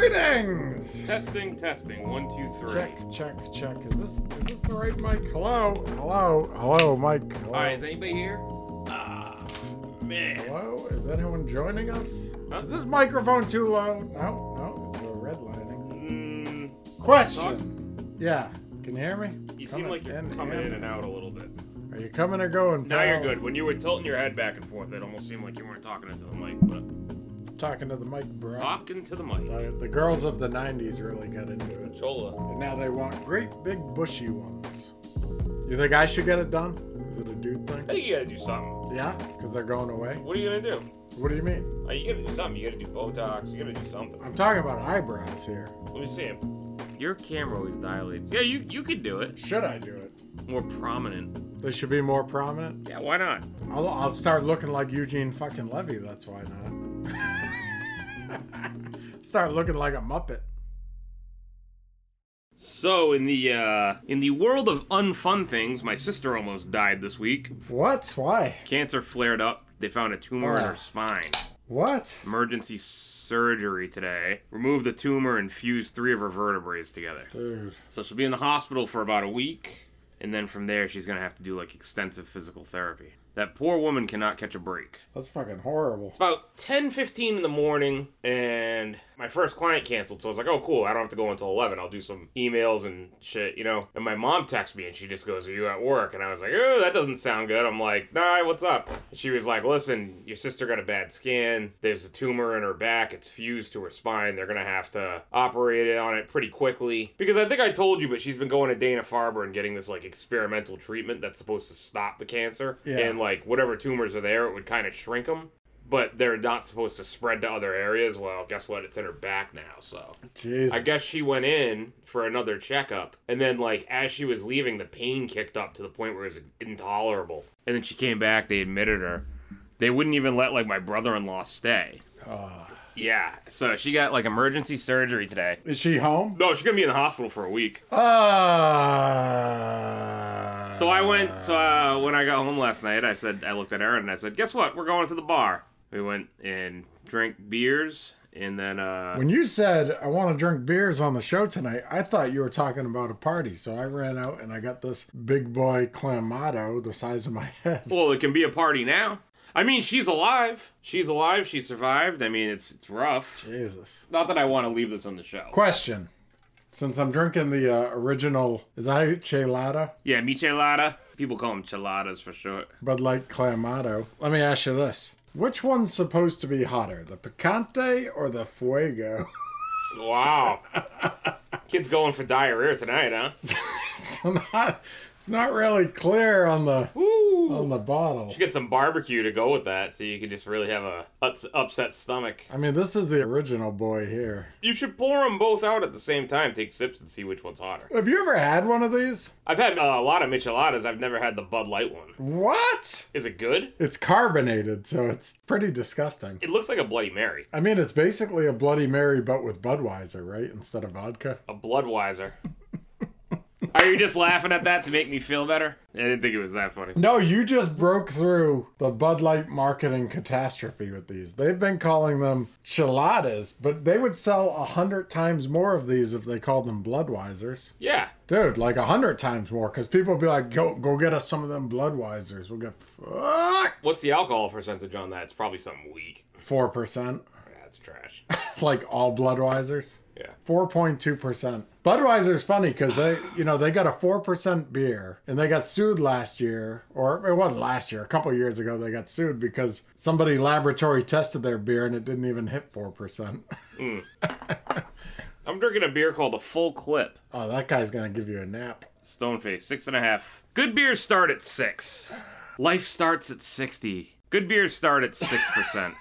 things. Testing, testing. One, two, three. Check, check, check. Is this is this the right mic? Hello, hello, hello, Mike. Hello. All right, is anybody here? Ah, man. hello. Is anyone joining us? Huh? Is this microphone too low? No, no. It's a red lining. Mm, Question. Yeah. Can you hear me? Coming you seem like you're in coming and- in and out a little bit. Are you coming or going? Now pal? you're good. When you were tilting your head back and forth, it almost seemed like you weren't talking into the mic, but Talking to the mic, bro. talking to the mic. The, the girls of the '90s really got into it, Chola. and now they want great big bushy ones. You think I should get it done? Is it a dude thing? I think you gotta do something. Yeah, because they're going away. What are you gonna do? What do you mean? Uh, you gotta do something. You gotta do Botox. You gotta do something. I'm talking about eyebrows here. Let me see him. Your camera always dilates. Yeah, you you could do it. Should I do it? More prominent. They should be more prominent. Yeah, why not? I'll, I'll start looking like Eugene fucking Levy. That's why not. start looking like a muppet. So in the uh, in the world of unfun things, my sister almost died this week. What? Why? Cancer flared up. They found a tumor in her spine. What? Emergency surgery today. Removed the tumor and fused three of her vertebrae together. Dude. So she'll be in the hospital for about a week, and then from there she's gonna have to do like extensive physical therapy. That poor woman cannot catch a break. That's fucking horrible. It's about 10 15 in the morning, and my first client canceled. So I was like, oh, cool. I don't have to go until 11. I'll do some emails and shit, you know? And my mom texts me and she just goes, Are you at work? And I was like, Oh, that doesn't sound good. I'm like, Nah, what's up? She was like, Listen, your sister got a bad scan. There's a tumor in her back. It's fused to her spine. They're going to have to operate on it pretty quickly. Because I think I told you, but she's been going to Dana Farber and getting this like experimental treatment that's supposed to stop the cancer. Yeah. And like whatever tumors are there, it would kind of shrink them but they're not supposed to spread to other areas. Well, guess what? It's in her back now, so Jesus. I guess she went in for another checkup, and then like as she was leaving, the pain kicked up to the point where it was intolerable. And then she came back. They admitted her. They wouldn't even let like my brother-in-law stay. Yeah, so she got like emergency surgery today. Is she home? No, she's gonna be in the hospital for a week. Ah. So I went so, uh, when I got home last night. I said I looked at Aaron and I said, "Guess what? We're going to the bar." We went and drank beers, and then uh, When you said I want to drink beers on the show tonight, I thought you were talking about a party. So I ran out and I got this big boy clamato the size of my head. Well, it can be a party now. I mean, she's alive. She's alive. She survived. I mean, it's it's rough. Jesus. Not that I want to leave this on the show. Question. Since I'm drinking the uh, original, is that chelada? Yeah, michelada. People call them chiladas for short. Bud Light Clamato. Let me ask you this. Which one's supposed to be hotter, the picante or the fuego? Wow. Kid's going for diarrhea tonight, huh? it's not it's not really clear on the Woo! on the bottle. You get some barbecue to go with that, so you can just really have a ups- upset stomach. I mean, this is the original boy here. You should pour them both out at the same time, take sips, and see which one's hotter. Have you ever had one of these? I've had uh, a lot of micheladas. I've never had the Bud Light one. What? Is it good? It's carbonated, so it's pretty disgusting. It looks like a Bloody Mary, I mean, it's basically a Bloody Mary, but with Budweiser, right? Instead of vodka. a Bloodweiser. Are you just laughing at that to make me feel better? I didn't think it was that funny. No, you just broke through the Bud Light marketing catastrophe with these. They've been calling them chiladas, but they would sell a hundred times more of these if they called them Bloodweisers. Yeah. Dude, like a hundred times more, because people would be like, go, go get us some of them Bloodweisers. We'll get fuck What's the alcohol percentage on that? It's probably something weak. 4%. That's trash. It's like all Bloodweisers. Yeah. 4.2%. Budweiser's funny because they, you know, they got a 4% beer and they got sued last year, or it wasn't last year, a couple years ago, they got sued because somebody laboratory tested their beer and it didn't even hit 4%. I'm drinking a beer called the Full Clip. Oh, that guy's going to give you a nap. Stoneface, six and a half. Good beers start at six. Life starts at 60. Good beers start at 6%.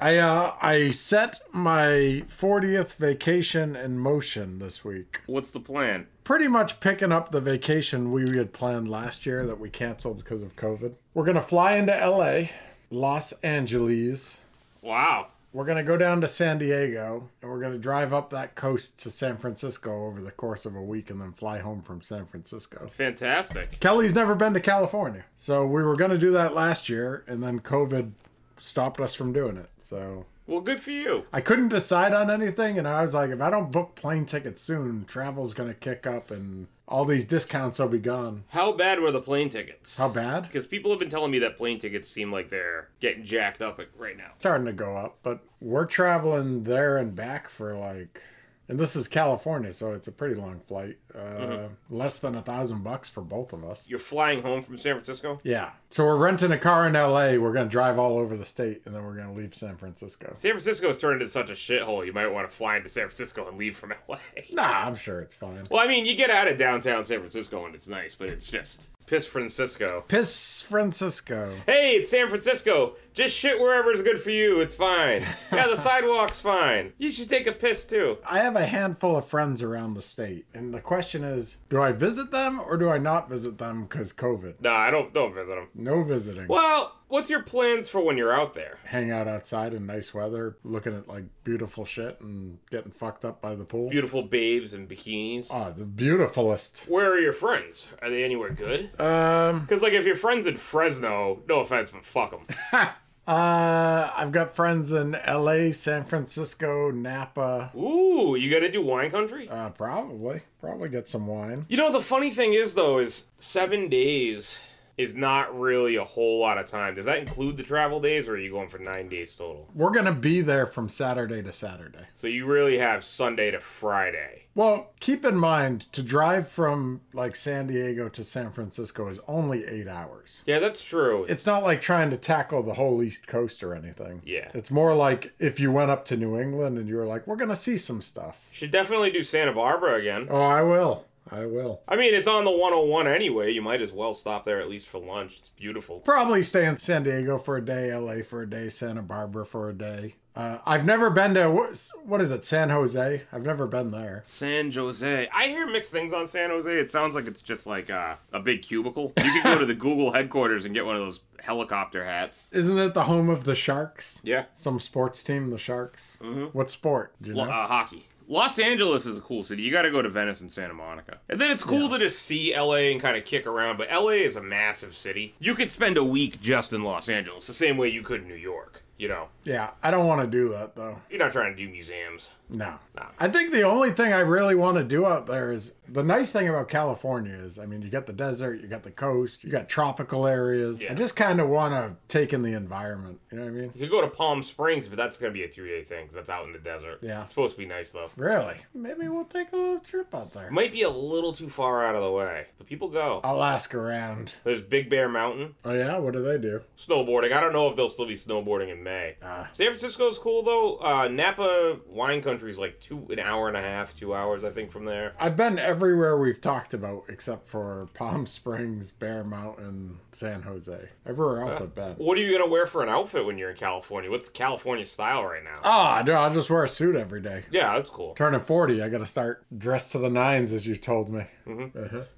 I, uh, I set my 40th vacation in motion this week. What's the plan? Pretty much picking up the vacation we had planned last year that we canceled because of COVID. We're going to fly into LA, Los Angeles. Wow. We're going to go down to San Diego and we're going to drive up that coast to San Francisco over the course of a week and then fly home from San Francisco. Fantastic. Kelly's never been to California. So we were going to do that last year and then COVID stopped us from doing it. So Well, good for you. I couldn't decide on anything, and I was like, if I don't book plane tickets soon, travel's gonna kick up, and all these discounts will be gone. How bad were the plane tickets? How bad? Because people have been telling me that plane tickets seem like they're getting jacked up right now. Starting to go up, but we're traveling there and back for like, and this is California, so it's a pretty long flight. Uh, Less than a thousand bucks for both of us. You're flying home from San Francisco? Yeah. So we're renting a car in LA. We're gonna drive all over the state, and then we're gonna leave San Francisco. San Francisco has turned into such a shithole, you might want to fly into San Francisco and leave from LA. Nah, I'm sure it's fine. Well, I mean, you get out of downtown San Francisco and it's nice, but it's just piss Francisco. Piss Francisco. Hey, it's San Francisco. Just shit wherever's good for you. It's fine. Yeah, the sidewalk's fine. You should take a piss too. I have a handful of friends around the state, and the question is, do I visit them or do I not visit them because COVID? Nah, I don't don't visit them. No visiting. Well, what's your plans for when you're out there? Hang out outside in nice weather, looking at like beautiful shit and getting fucked up by the pool. Beautiful babes and bikinis. Oh, the beautifulest. Where are your friends? Are they anywhere good? Um, Because like, if your friends in Fresno, no offense, but fuck them. uh, I've got friends in L.A., San Francisco, Napa. Ooh, you gotta do wine country. Uh, probably, probably get some wine. You know, the funny thing is though, is seven days is not really a whole lot of time. Does that include the travel days, or are you going for nine days total? We're gonna be there from Saturday to Saturday. So you really have Sunday to Friday. Well, keep in mind to drive from like San Diego to San Francisco is only eight hours. Yeah, that's true. It's not like trying to tackle the whole East Coast or anything. Yeah. It's more like if you went up to New England and you were like, we're going to see some stuff. Should definitely do Santa Barbara again. Oh, I will. I will. I mean, it's on the 101 anyway. You might as well stop there at least for lunch. It's beautiful. Probably stay in San Diego for a day, LA for a day, Santa Barbara for a day. Uh, I've never been to, what, what is it, San Jose? I've never been there. San Jose. I hear mixed things on San Jose. It sounds like it's just like uh, a big cubicle. You could go to the Google headquarters and get one of those helicopter hats. Isn't it the home of the Sharks? Yeah. Some sports team, the Sharks. Mm-hmm. What sport? Do you know? Lo- uh, hockey. Los Angeles is a cool city. You got to go to Venice and Santa Monica. And then it's cool to just see LA and kind of kick around, but LA is a massive city. You could spend a week just in Los Angeles, the same way you could in New York. You know, yeah, I don't want to do that though. you're not trying to do museums. No. No. I think the only thing I really want to do out there is the nice thing about California is, I mean, you got the desert, you got the coast, you got tropical areas. Yeah. I just kind of want to take in the environment. You know what I mean? You could go to Palm Springs, but that's going to be a two day thing 'cause that's out in the desert. Yeah. It's supposed to be nice, though. Really? Maybe we'll take a little trip out there. Might be a little too far out of the way, but people go. I'll ask around. There's Big Bear Mountain, Oh, yeah? What do they do? snowboarding. I don't know if they'll still be snowboarding in May. Ah. San Francisco's cool, though. Uh, Napa wine country is like two, an hour and a half, two hours, I think, from there. I've been everywhere we've talked about except for Palm Springs, Bear Mountain, San Jose. Everywhere else I've been. What are you going to wear for an outfit when you're in California? What's the California style right now? Ah, dude, I'll just wear a suit every day. yeah, that's cool. Turning 40, I got to start dressed to the nines, as you told me.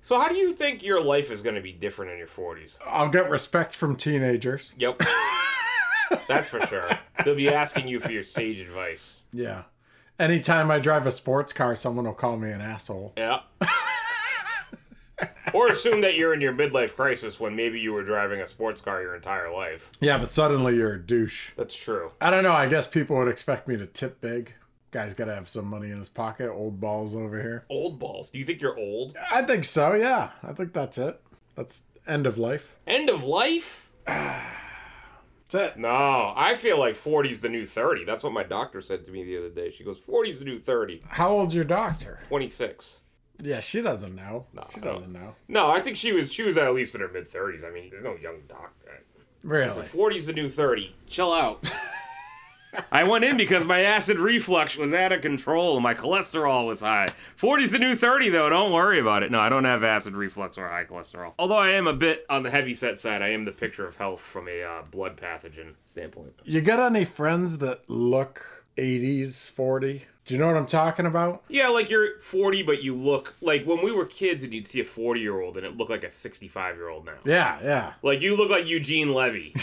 So, how do you think your life is going to be different in your 40s? I'll get respect from teenagers. Yep. That's for sure. They'll be asking you for your sage advice. Yeah. Anytime I drive a sports car, someone will call me an asshole. Yeah. or assume that you're in your midlife crisis when maybe you were driving a sports car your entire life. Yeah, but suddenly you're a douche. That's true. I don't know. I guess people would expect me to tip big. Guy's got to have some money in his pocket. Old balls over here. Old balls. Do you think you're old? I think so. Yeah. I think that's it. That's end of life. End of life? That's it. No, I feel like 40's the new 30. That's what my doctor said to me the other day. She goes, 40's the new 30. How old's your doctor? 26. Yeah, she doesn't know. she I don't- doesn't know. No, I think she was she was at least in her mid 30s. I mean, there's no young doctor. Really? 40's the new 30. Chill out. I went in because my acid reflux was out of control and my cholesterol was high. 40's the new 30, though. Don't worry about it. No, I don't have acid reflux or high cholesterol. Although I am a bit on the heavy set side, I am the picture of health from a uh, blood pathogen standpoint. You got any friends that look 80s, 40? Do you know what I'm talking about? Yeah, like you're 40, but you look like when we were kids and you'd see a 40 year old and it looked like a 65 year old now. Yeah, yeah. Like you look like Eugene Levy.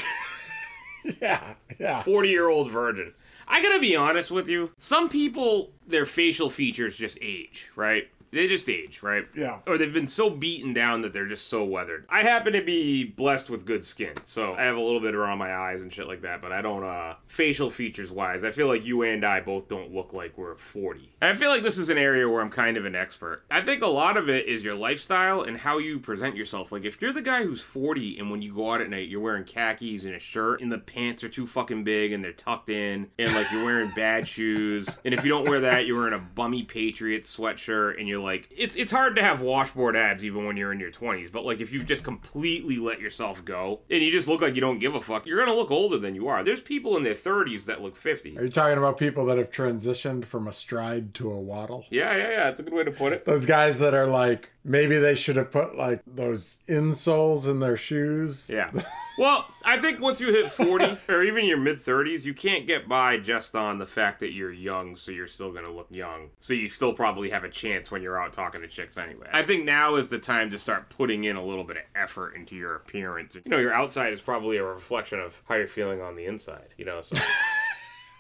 Yeah, yeah. 40 year old virgin. I gotta be honest with you. Some people, their facial features just age, right? They just age, right? Yeah. Or they've been so beaten down that they're just so weathered. I happen to be blessed with good skin, so I have a little bit around my eyes and shit like that, but I don't, uh, facial features wise, I feel like you and I both don't look like we're 40. And I feel like this is an area where I'm kind of an expert. I think a lot of it is your lifestyle and how you present yourself. Like, if you're the guy who's 40 and when you go out at night, you're wearing khakis and a shirt and the pants are too fucking big and they're tucked in and like you're wearing bad shoes. And if you don't wear that, you're wearing a bummy Patriot sweatshirt and you're like, it's, it's hard to have washboard abs even when you're in your 20s. But like, if you've just completely let yourself go and you just look like you don't give a fuck, you're going to look older than you are. There's people in their 30s that look 50. Are you talking about people that have transitioned from a stride to a waddle? Yeah, yeah, yeah. It's a good way to put it. Those guys that are like, maybe they should have put like those insoles in their shoes. Yeah. Well, I think once you hit 40 or even your mid 30s, you can't get by just on the fact that you're young, so you're still going to look young. So you still probably have a chance when you're out talking to chicks anyway. I think now is the time to start putting in a little bit of effort into your appearance. You know, your outside is probably a reflection of how you're feeling on the inside, you know? So.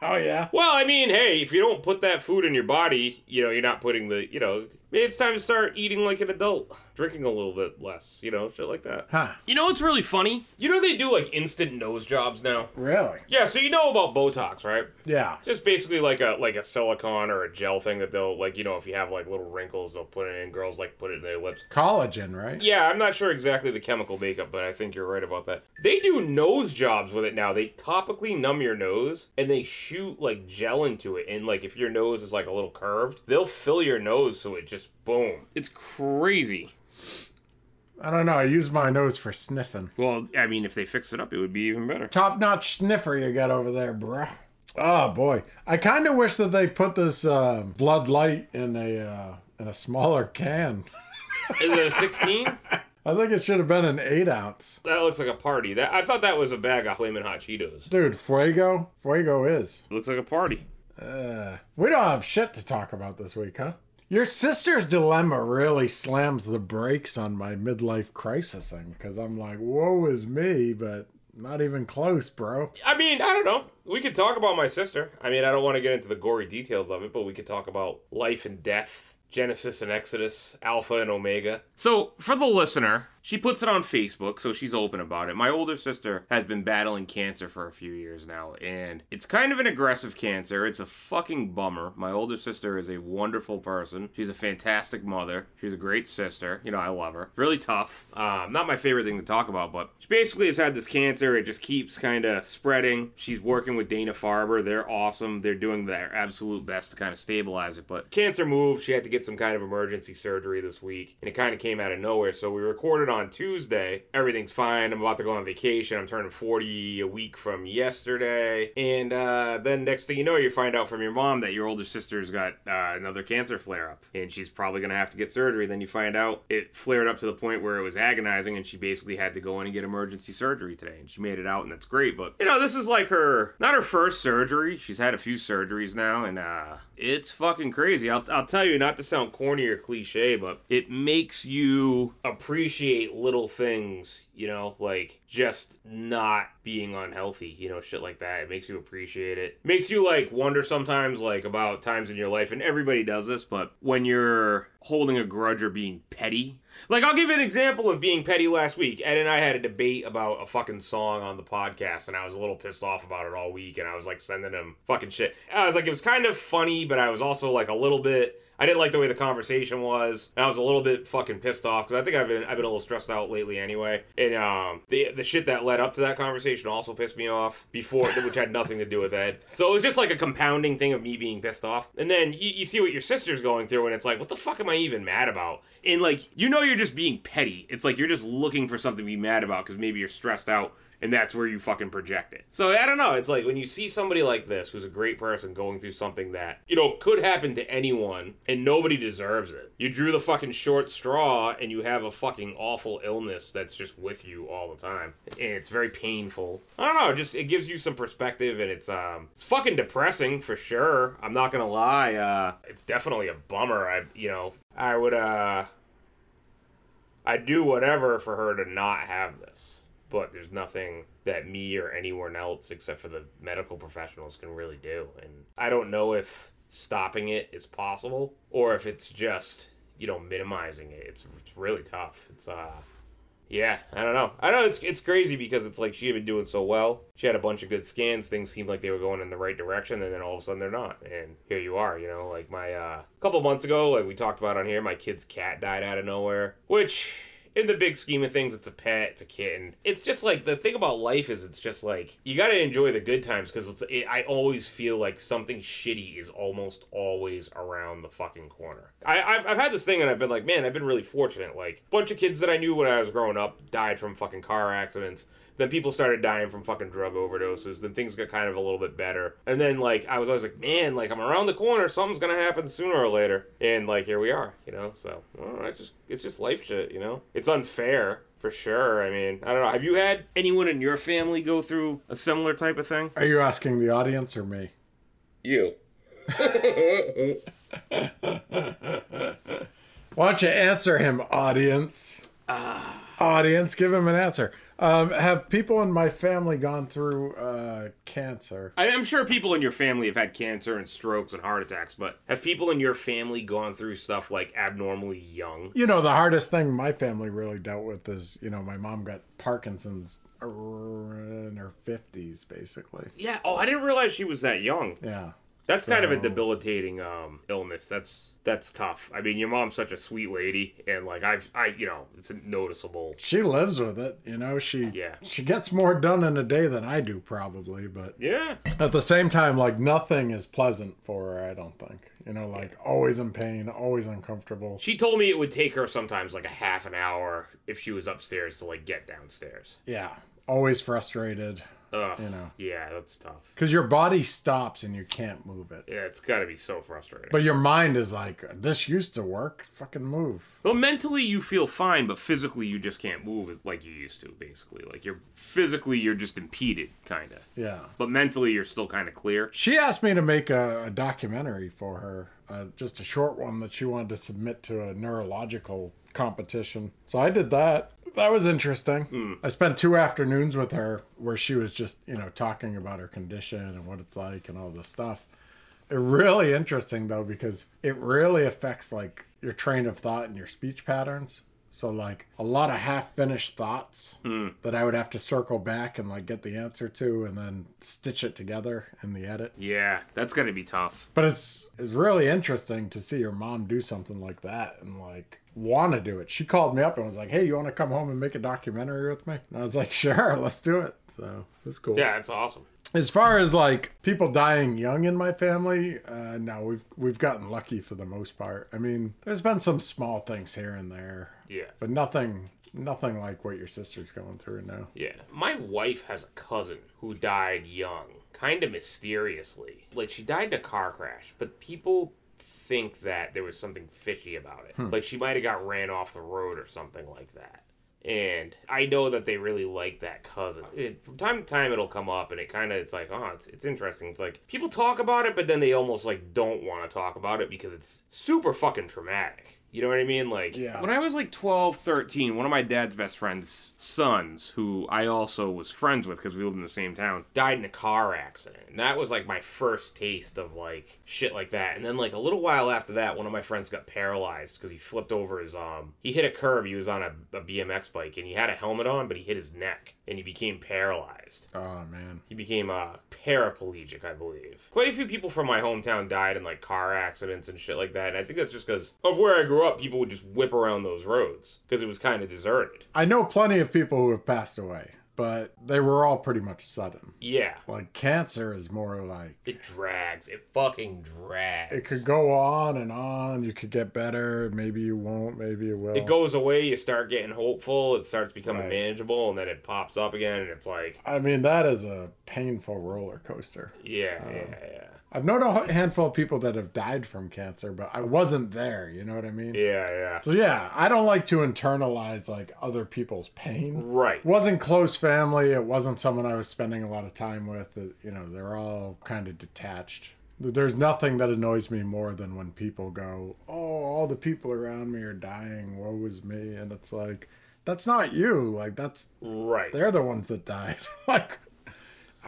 Oh, yeah. Well, I mean, hey, if you don't put that food in your body, you know, you're not putting the, you know, maybe it's time to start eating like an adult, drinking a little bit less, you know, shit like that. Huh. You know what's really funny? You know they do like instant nose jobs now. Really? Yeah, so you know about Botox, right? Yeah. Just basically like a like a silicone or a gel thing that they'll like, you know, if you have like little wrinkles, they'll put it in. Girls like put it in their lips. Collagen, right? Yeah, I'm not sure exactly the chemical makeup, but I think you're right about that. They do nose jobs with it now. They topically numb your nose and they shoot like gel into it. And like if your nose is like a little curved, they'll fill your nose so it just boom. It's crazy. I don't know. I use my nose for sniffing. Well, I mean, if they fix it up, it would be even better. Top notch sniffer you got over there, bruh. Oh, boy. I kind of wish that they put this uh, Blood Light in a, uh, in a smaller can. Is it a 16? I think it should have been an 8 ounce. That looks like a party. That I thought that was a bag of flaming hot Cheetos. Dude, Fuego? Fuego is. looks like a party. Uh, we don't have shit to talk about this week, huh? Your sister's dilemma really slams the brakes on my midlife crisising because I'm like, woe is me, but not even close, bro. I mean, I don't know. We could talk about my sister. I mean, I don't want to get into the gory details of it, but we could talk about life and death, Genesis and Exodus, Alpha and Omega. So, for the listener, she puts it on Facebook, so she's open about it. My older sister has been battling cancer for a few years now, and it's kind of an aggressive cancer. It's a fucking bummer. My older sister is a wonderful person. She's a fantastic mother. She's a great sister. You know, I love her. Really tough. Um, not my favorite thing to talk about, but she basically has had this cancer. It just keeps kind of spreading. She's working with Dana Farber. They're awesome. They're doing their absolute best to kind of stabilize it. But cancer moved. She had to get some kind of emergency surgery this week, and it kind of came out of nowhere. So we recorded on Tuesday. Everything's fine. I'm about to go on vacation. I'm turning 40 a week from yesterday. And uh, then next thing you know, you find out from your mom that your older sister's got uh, another cancer flare up, and she's probably going to have to get surgery. Then you find out it flared up to the point where it was agonizing, and she basically had to go in and get emergency surgery today. And she made it out, and that's great. But, you know, this is like her, not her first surgery. She's had a few surgeries now, and uh, it's fucking crazy. I'll, I'll tell you, not to sound corny or cliche, but it makes you appreciate little things, you know, like just not being unhealthy, you know, shit like that. It makes you appreciate it. Makes you like wonder sometimes, like about times in your life, and everybody does this, but when you're holding a grudge or being petty, like, I'll give you an example of being petty last week. Ed and I had a debate about a fucking song on the podcast, and I was a little pissed off about it all week, and I was like sending him fucking shit. I was like, it was kind of funny, but I was also like a little bit. I didn't like the way the conversation was, and I was a little bit fucking pissed off because I think I've been I've been a little stressed out lately anyway. And um, the the shit that led up to that conversation also pissed me off before, which had nothing to do with Ed. So it was just like a compounding thing of me being pissed off, and then you, you see what your sister's going through, and it's like, what the fuck am I even mad about? And like, you know, you're just being petty. It's like you're just looking for something to be mad about because maybe you're stressed out and that's where you fucking project it. So I don't know. It's like when you see somebody like this who's a great person going through something that, you know, could happen to anyone and nobody deserves it. You drew the fucking short straw and you have a fucking awful illness that's just with you all the time. And it's very painful. I don't know, just it gives you some perspective and it's um it's fucking depressing for sure. I'm not going to lie. Uh it's definitely a bummer. I you know, I would uh I'd do whatever for her to not have this but there's nothing that me or anyone else except for the medical professionals can really do and i don't know if stopping it is possible or if it's just you know minimizing it. It's it's really tough. It's uh. Yeah, I don't know. I know it's it's crazy because it's like she had been doing so well. She had a bunch of good scans. Things seemed like they were going in the right direction, and then all of a sudden they're not. And here you are. You know, like my uh, couple months ago, like we talked about on here, my kid's cat died out of nowhere, which. In the big scheme of things, it's a pet, it's a kitten. It's just like the thing about life is it's just like you got to enjoy the good times because it's. It, I always feel like something shitty is almost always around the fucking corner. I, I've I've had this thing and I've been like, man, I've been really fortunate. Like bunch of kids that I knew when I was growing up died from fucking car accidents. Then people started dying from fucking drug overdoses. Then things got kind of a little bit better. And then like I was always like, man, like I'm around the corner. Something's gonna happen sooner or later. And like here we are, you know. So I don't know, it's just it's just life shit, you know. It's unfair for sure. I mean, I don't know. Have you had anyone in your family go through a similar type of thing? Are you asking the audience or me? You. Why don't you answer him, audience? Audience, give him an answer. Um, have people in my family gone through uh, cancer? I- I'm sure people in your family have had cancer and strokes and heart attacks, but have people in your family gone through stuff like abnormally young? You know, the hardest thing my family really dealt with is, you know, my mom got Parkinson's in her 50s, basically. Yeah. Oh, I didn't realize she was that young. Yeah. That's kind of a debilitating um, illness. That's that's tough. I mean, your mom's such a sweet lady, and like I've I you know it's noticeable. She lives with it, you know. She Yeah. she gets more done in a day than I do, probably. But Yeah. at the same time, like nothing is pleasant for her. I don't think, you know, like always in pain, always uncomfortable. She told me it would take her sometimes like a half an hour if she was upstairs to like get downstairs. Yeah, always frustrated. Ugh. You know. Yeah, that's tough. Because your body stops and you can't move it. Yeah, it's got to be so frustrating. But your mind is like, this used to work. Fucking move. Well, mentally you feel fine, but physically you just can't move as like you used to. Basically, like you're physically you're just impeded, kind of. Yeah. But mentally you're still kind of clear. She asked me to make a, a documentary for her, uh, just a short one that she wanted to submit to a neurological competition. So I did that. That was interesting. I spent two afternoons with her where she was just, you know, talking about her condition and what it's like and all this stuff. It really interesting though because it really affects like your train of thought and your speech patterns. So like a lot of half finished thoughts that I would have to circle back and like get the answer to and then stitch it together in the edit. Yeah, that's got to be tough. But it's it's really interesting to see your mom do something like that and like want to do it. She called me up and was like, "Hey, you want to come home and make a documentary with me?" And I was like, "Sure, let's do it." So it's cool Yeah, that's awesome. as far as like people dying young in my family uh no we've we've gotten lucky for the most part i mean there's been some small things here and there Yeah. but nothing nothing like what your sister's going through now Yeah. My wife has a cousin who died young, kind of mysteriously. Like, she died in a car crash, but people think that there was something fishy about it. Like, she might have got ran off the road or something like that. And I know that they really like that cousin. It, from time to time, it'll come up, and it kind of it's like, oh, it's, it's interesting. It's like people talk about it, but then they almost like don't want to talk about it because it's super fucking traumatic. You know what I mean? Like, Yeah. when I was like 12, 13, one of my dad's best friend's sons, who I also was friends with because we lived in the same town, died in a car accident. And that was like my first taste of like shit like that. And then like a little while after that, one of my friends got paralyzed because he flipped over his um he hit a curb. He was on a, a BMX bike and he had a helmet on, but he hit his neck and he became paralyzed. oh man He became uh, paraplegic, I believe. Quite a few people from my hometown died in like car accidents and shit like that. And I think that's just because of where I grew up, people would just whip around those roads because it was kind of deserted. i know plenty of people who have passed away but they were all pretty much sudden Yeah. like cancer is more like It drags. It fucking drags. it could go on and on you could get better maybe you won't maybe you will It goes away, you start getting hopeful, it starts becoming Right. manageable, and then it pops up again, and it's like, i mean that is a painful roller coaster yeah, Um. yeah, yeah. I've known a handful of people that have died from cancer, but I wasn't there. You know what I mean? Yeah, yeah. So yeah, I don't like to internalize like other people's pain. Right. It wasn't close family. It wasn't someone I was spending a lot of time with. It- You know, they're all kind of detached. There's nothing that annoys me more than when people go, "Oh, all the people around me are dying. Woe is me," and it's like, that's not you. Like that's Right. they're the ones that died. like,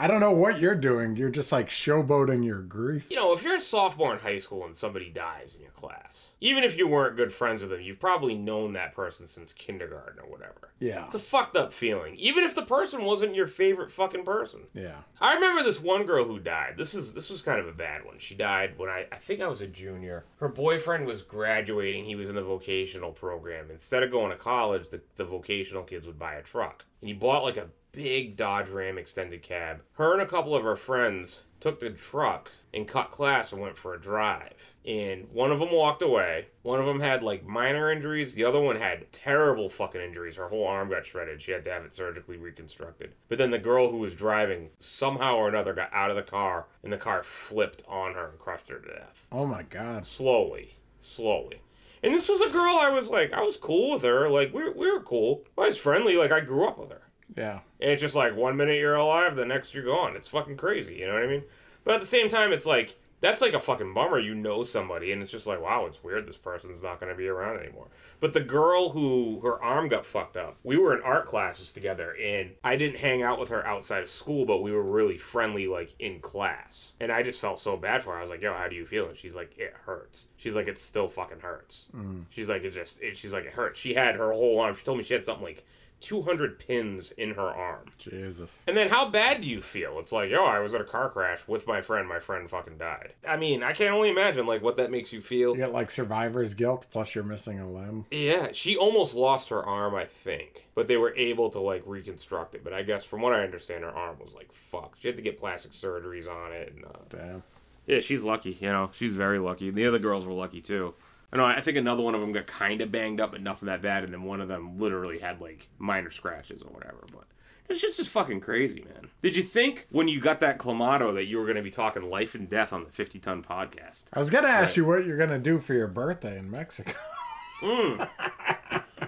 I don't know what you're doing. You're just like showboating your grief. You know, if you're a sophomore in high school and somebody dies in your class, even if you weren't good friends with them, you've probably known that person since kindergarten or whatever. Yeah. It's a fucked up feeling, even if the person wasn't your favorite fucking person. Yeah. I remember this one girl who died. This is this was kind of a bad one. She died when I I think I was a junior. Her boyfriend was graduating. He was in the vocational program. Instead of going to college, the, the vocational kids would buy a truck. And he bought like a big Dodge Ram extended cab. Her and a couple of her friends took the truck and cut class and went for a drive. And one of them walked away. One of them had like minor injuries. The other one had terrible fucking injuries. Her whole arm got shredded. She had to have it surgically reconstructed. But then the girl who was driving somehow or another got out of the car and the car flipped on her and crushed her to death. Oh my God. Slowly, slowly. And this was a girl I was like, I was cool with her. Like, we, we were cool. I was friendly. Like, I grew up with her. Yeah. And it's just like one minute you're alive, the next you're gone. It's fucking crazy, you know what I mean? But at the same time, it's like that's like a fucking bummer. You know somebody, and it's just like, wow, it's weird. This person's not going to be around anymore. But the girl who her arm got fucked up, we were in art classes together, and I didn't hang out with her outside of school, but we were really friendly, like in class. And I just felt so bad for her. I was like, yo, how do you feel? And she's like, it hurts. She's like, it still fucking hurts. She's like, it just, it, she's like, it hurts. She had her whole arm. She told me she had something like 200 pins in her arm. Jesus. And then how bad do you feel? It's like, yo, I was in a car crash with my friend. My friend fucking died. I mean, I can only imagine like what that makes you feel. You get like survivor's guilt, plus you're missing a limb. Yeah, she almost lost her arm, I think, but they were able to like reconstruct it. But I guess from what I understand, her arm was like fucked. She had to get plastic surgeries on it. And, uh, Damn. yeah, she's lucky. You know, she's very lucky. And the other girls were lucky too. I know. I think another one of them got kind of banged up, but nothing that bad. And then one of them literally had like minor scratches or whatever. But it's just just fucking crazy, man. Did you think when you got that clamato that you were going to be talking life and death on the Fifty Ton Podcast? I was gonna ask you what you're gonna do for your birthday in Mexico.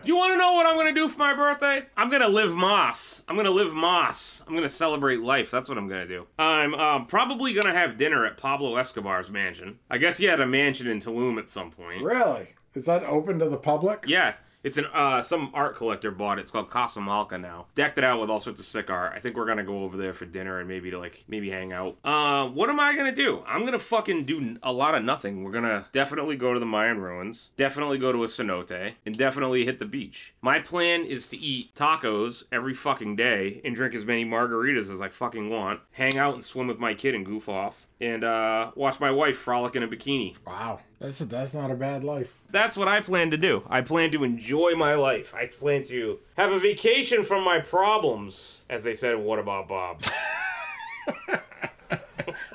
You want to know what I'm going to do for my birthday? I'm going to live Moss. I'm going to live Moss. I'm going to celebrate life. That's what I'm going to do. I'm um, probably going to have dinner at Pablo Escobar's mansion. I guess he had a mansion in Tulum at some point. really? Is that open to the public? Yeah. It's an uh some art collector bought it. It's called Casa Malca now. Decked it out with all sorts of sick art. I think we're gonna go over there for dinner and maybe to like maybe hang out. Uh, what am I gonna do? I'm gonna fucking do n- a lot of nothing. We're gonna definitely go to the Mayan ruins. Definitely go to a cenote and definitely hit the beach. My plan is to eat tacos every fucking day and drink as many margaritas as I fucking want. Hang out and swim with my kid and goof off and uh, watch my wife frolic in a bikini. Wow. That's that's not a bad life. That's what I plan to do. I plan to enjoy my life. I plan to have a vacation from my problems, as they said in What About Bob.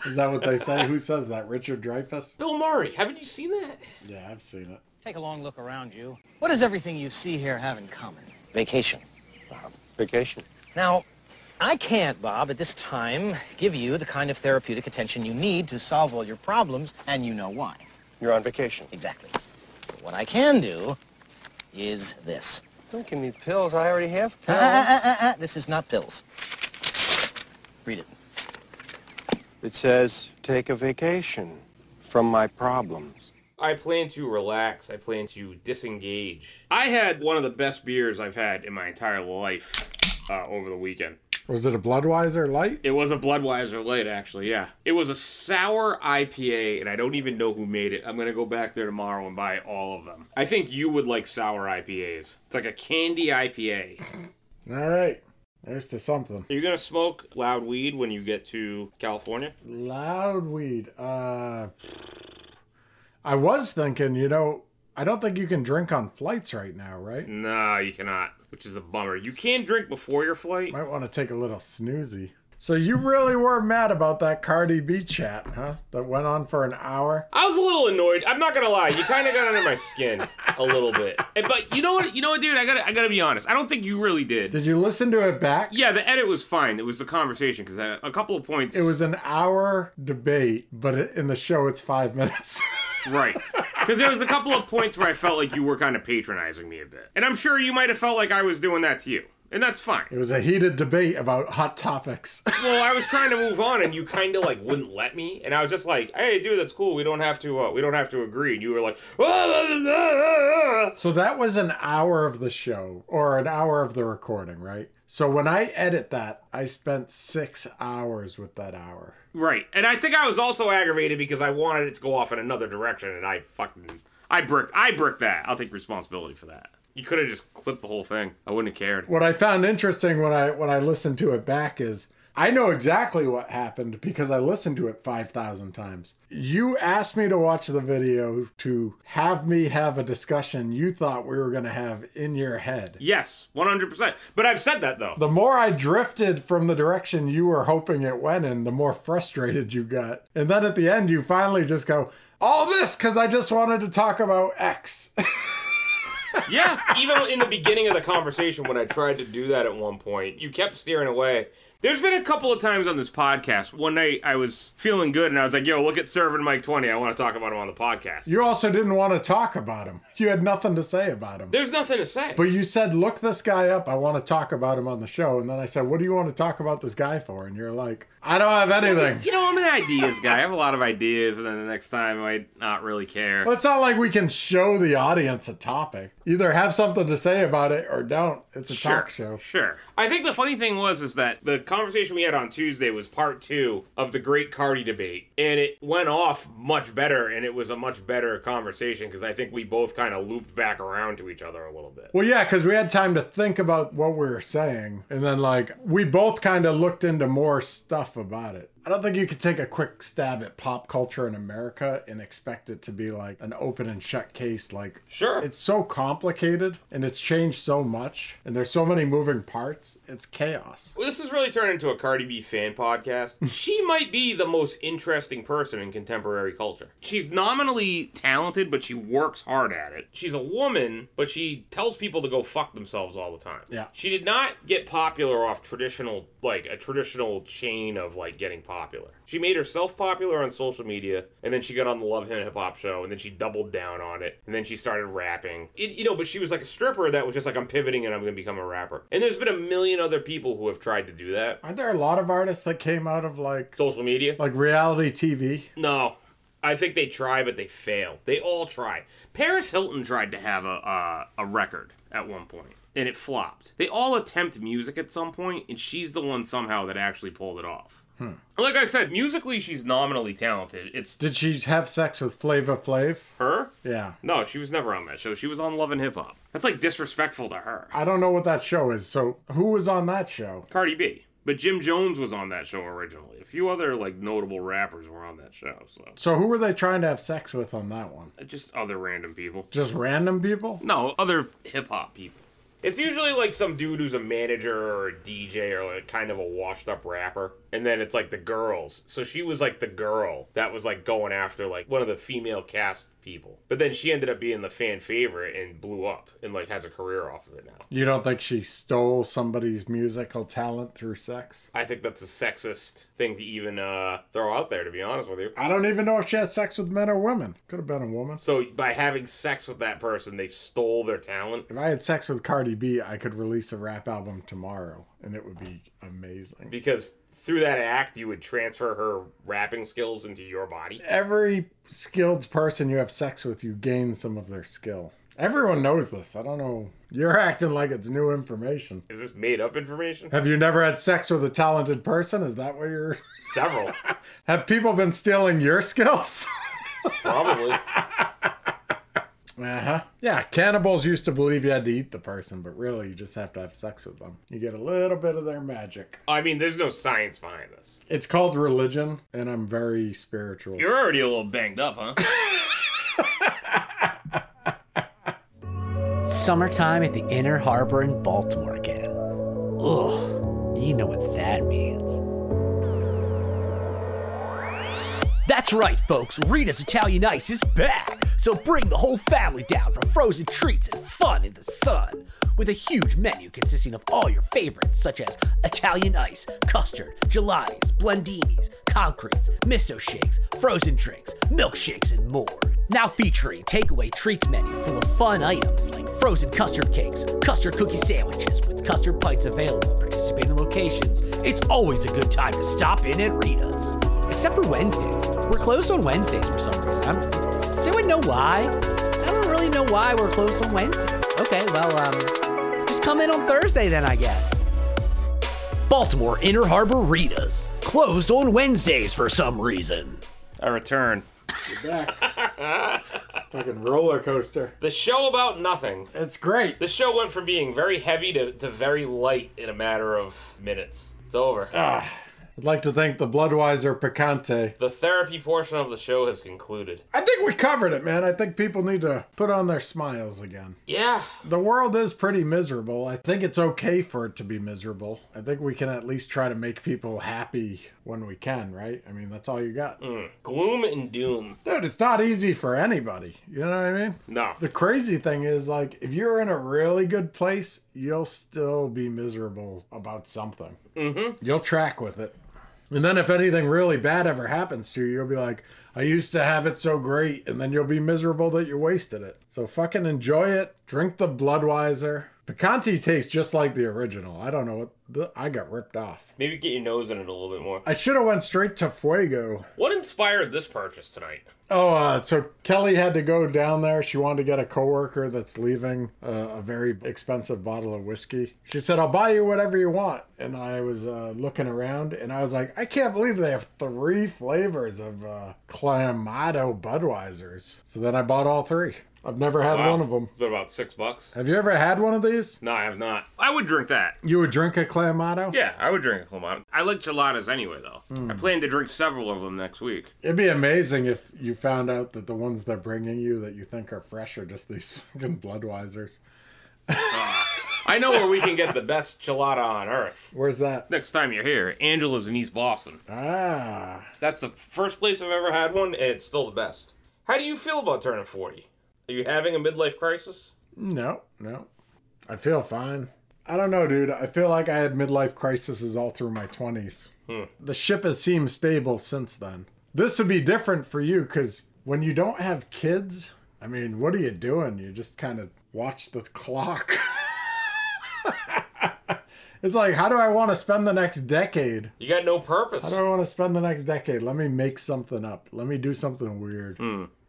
Is that what they say? Who says that? Richard Dreyfus? Bill Murray, haven't you seen that? Yeah, I've seen it. Take a long look around you. What does everything you see here have in common? Vacation. Vacation. Now, I can't, Bob, at this time, give you the kind of therapeutic attention you need to solve all your problems, and you know why. You're on vacation. Exactly. But what I can do is this. Don't give me pills. I already have Ah, pills. ah, ah, ah, ah, This is not pills. Read it. It says take a vacation from my problems. I plan to relax. I plan to disengage. I had one of the best beers I've had in my entire life uh, over the weekend. Was it a Bloodweiser light? It was a Bloodweiser light, actually. Yeah, it was a sour IPA, and I don't even know who made it. I'm gonna go back there tomorrow and buy all of them. I think you would like sour IPAs. It's like a candy IPA. All right. There's to something. Are you gonna smoke loud weed when you get to California? Loud weed. Uh, I was thinking, you know, I don't think you can drink on flights right now, right? No, you cannot, which is a bummer. You can drink before your flight. Might want to take a little snoozy. So you really were mad about that Cardi B chat, huh? That went on for an hour. I was a little annoyed. I'm not gonna lie. You kind of got under my skin a little bit. And- But you know what? You know what, dude? I gotta, I gotta be honest. I don't think you really did. Did you listen to it back? yeah, the edit was fine. It was the conversation because a couple of points. It was an hour debate, but it, in the show it's five minutes. Right. Because there was a couple of points where I felt like you were kind of patronizing me a bit. And I'm sure you might have felt like I was doing that to you. And that's it fine. was a heated debate about hot topics. Well, I was trying to move on and you kind of like wouldn't let me. And I was just like, "Hey, dude, that's cool. We don't have to uh, we don't have to agree." And you were like, "Ah, so that was an hour of the show, or an hour of the recording, right? So when I edit that, I spent six hours with that hour. Right. And I think I was also aggravated because I wanted it to go off in another direction and I fucking I bricked I bricked that. I'll take responsibility for that. You could have just clipped the whole thing. I wouldn't have cared. What I found interesting when I when I listened to it back is I know exactly what happened because I listened to it 5,000 times. You asked me to watch the video to have me have a discussion you thought we were going to have in your head. Yes, 100%. But I've said that though. The more I drifted from the direction you were hoping it went in, the more frustrated you got. And then at the end, you finally just go, All this because I just wanted to talk about X. yeah, even in the beginning of the conversation when I tried to do that at one point, you kept steering away. There's been a couple of times on this podcast. One night I was feeling good and I was like, yo, look at Serving Mike 20. I want to talk about him on the podcast. you also didn't want to talk about him, you had nothing to say about him. There's nothing to say. But you said, look this guy up. I want to talk about him on the show. And then I said, what do you want to talk about this guy for? And you're like, I don't have anything. you know, I'm an ideas guy. I have a lot of ideas, and then the next time I might not really care. Well, it's not like we can show the audience a topic. Either have something to say about it or don't. It's a talk show. Sure. I think the funny thing was is that the conversation we had on Tuesday was part two of the great Cardi debate, and it went off much better, and it was a much better conversation because I think we both kind of looped back around to each other a little bit. Well, yeah, because we had time to think about what we were saying. And then, like, we both kind of looked into more stuff about it. I don't think you could take a quick stab at pop culture in America and expect it to be like an open and shut case. Like, Sure. It's so complicated and it's changed so much, and there's so many moving parts. It's chaos. Well, This has really turned into a Cardi B fan podcast. she might be the most interesting person in contemporary culture. She's nominally talented, but she works hard at it. She's a woman, but she tells people to go fuck themselves all the time. Yeah. She did not get popular off traditional, like a traditional chain of like getting popular. She made herself popular on social media, and then she got on the Love Hip Hop show, and then she doubled down on it, and then she started rapping. It, you know, but she was like a stripper that was just like, I'm pivoting and I'm gonna become a rapper. And there's been a million other people who have tried to do that. Aren't there a lot of artists that came out of like Social media? like reality TV? No. I think they try, but they fail. They all try. Paris Hilton tried to have a uh, a record at one point, and it flopped. They all attempt music at some point, and she's the one somehow that actually pulled it off. Like I said, musically, she's nominally talented. It's Did she have sex with Flava Flav? her. Yeah. No, she was never on that show. She was on Love and Hip Hop. That's like disrespectful to her. I don't know what that show is. So who was on that show? Cardi B. But Jim Jones was on that show originally. A few other like notable rappers were on that show. So So who were they trying to have sex with on that one? just other random people. Just random people? No, other hip hop people. It's usually like some dude who's a manager or a DJ or like kind of a washed up rapper. And then it's like the girls. So she was like the girl that was like going after like one of the female cast people. But then she ended up being the fan favorite and blew up and like has a career off of it now. You don't think she stole somebody's musical talent through sex? I think that's a sexist thing to even uh, throw out there, to be honest with you. I don't even know if she had sex with men or women. Could have been a woman. So by having sex with that person, they stole their talent. If I had sex with Cardi B, I could release a rap album tomorrow and it would be amazing. Because through that act, you would transfer her rapping skills into your body. Every skilled person you have sex with, you gain some of their skill. Everyone knows this. I don't know. You're acting like it's new information. Is this made up information? Have you never had sex with a talented person? Is that what you're. Several, Have people been stealing your skills? probably. Uh huh. Yeah, cannibals used to believe you had to eat the person, but really you just have to have sex with them. You get a little bit of their magic. I mean, there's no science behind this. It's called religion, and I'm very spiritual. You're already a little banged up, huh? Summertime at the Inner Harbor in Baltimore again. Ugh, you know what that means. That's right, folks. Rita's Italian Ice is back. So bring the whole family down for frozen treats and fun in the sun. With a huge menu consisting of all your favorites, such as Italian ice, custard, gelatis, blendinis, concretes, miso shakes, frozen drinks, milkshakes, and more. Now featuring takeaway treats menu full of fun items like frozen custard cakes, custard cookie sandwiches, with custard pints available at participating locations. It's always a good time to stop in at Rita's except for Wednesdays. We're closed on Wednesdays for some reason. I'm, does anyone know why? I don't really know why we're closed on Wednesdays. Okay, well, um, just come in on Thursday then, I guess. Baltimore Inner Harbor Rita's. Closed on Wednesdays for some reason. I return. Fucking roller coaster. The show about nothing. It's great. The show went from being very heavy to, to very light in a matter of minutes. It's over. I'd like to thank the Bloodweiser Picante. The therapy portion of the show has concluded. I think we covered it, man. I think people need to put on their smiles again. Yeah. The world is pretty miserable. I think it's okay for it to be miserable. I think we can at least try to make people happy when we can, right? I mean, that's all you got. Gloom and doom. Dude, it's not easy for anybody. You know what I mean? No. The crazy thing is, like, if you're in a really good place, you'll still be miserable about something. Mm-hmm. You'll track with it. And then if anything really bad ever happens to you, you'll be like, I used to have it so great. And then you'll be miserable that you wasted it. So fucking enjoy it. Drink the Bloodweiser. Picante tastes just like the original. I don't know what the, I got ripped off. Maybe get your nose in it a little bit more. I should have went straight to Fuego. What inspired this purchase tonight? Oh, uh, so Kelly had to go down there. She wanted to get a coworker that's leaving uh, a very expensive bottle of whiskey. She said, "I'll buy you whatever you want." And I was uh, looking around, and I was like, "I can't believe they have three flavors of uh, Clamato Budweisers." So then I bought all three. I've never had Wow. one of them. Is it about six bucks? Have you ever had one of these? No, I have not. I would drink that. You would drink a Clamato? Yeah, I would drink a Clamato. I like gelatas anyway, though. I plan to drink several of them next week. It'd be amazing if you found out that the ones they're bringing you that you think are fresh are just these fucking Bloodweisers. I know where we can get the best gelata on earth. Where's that? Next time you're here, Angela's in East Boston. Ah. That's the first place I've ever had one, and it's still the best. How do you feel about turning 40? Are you having a midlife crisis? No, no. I feel fine. I don't know, dude. I feel like I had midlife crises all through my 20s. The ship has seemed stable since then. This would be different for you because when you don't have kids, I mean, what are you doing? You just kind of watch the clock. it's like, how do I want to spend the next decade? You got no purpose. How do I want to spend the next decade? Let me make something up. Let me do something weird.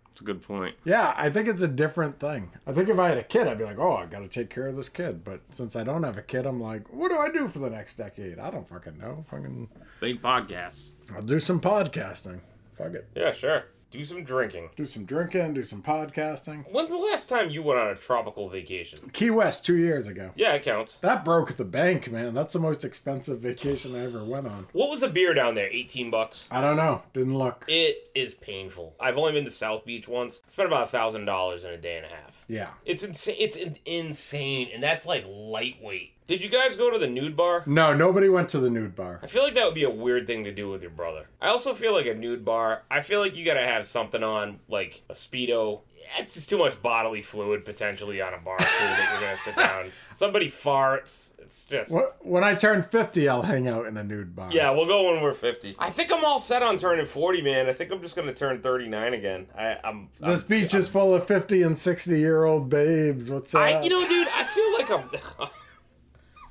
That's a good point. Yeah, I think it's a different thing. I think if I had a kid, I'd be like, oh, I got to take care of this kid. But since I don't have a kid, I'm like, what do I do for the next decade? I don't fucking know. Fucking, Big podcasts. I'll do some podcasting. Fuck it. Yeah, sure. Do some drinking. Do some drinking, do some podcasting. When's the last time you went on a tropical vacation? Key West two years ago. Yeah, it counts. That broke the bank, man. That's the most expensive vacation I ever went on. What was a beer down there? 18 bucks. I don't know. Didn't look. It is painful. I've only been to South Beach once. Spent about a thousand dollars in a day and a half. Yeah. It's insane. It's in- insane, and that's like lightweight. Did you guys go to the nude bar? No, nobody went to the nude bar. I feel like that would be a weird thing to do with your brother. I also feel like a nude bar. I feel like you gotta have something on, like a speedo. It's just too much bodily fluid potentially on a bar stool that you're gonna sit down. Somebody farts. It's just. Wh- When I turn 50, I'll hang out in a nude bar. Yeah, we'll go when we're 50. I think I'm all set on turning 40, man. I think I'm just going to turn 39 again. I, I'm. This I'm- beach is full of 50 and 60 year old babes. What's up? I, you know, dude, I feel like I'm.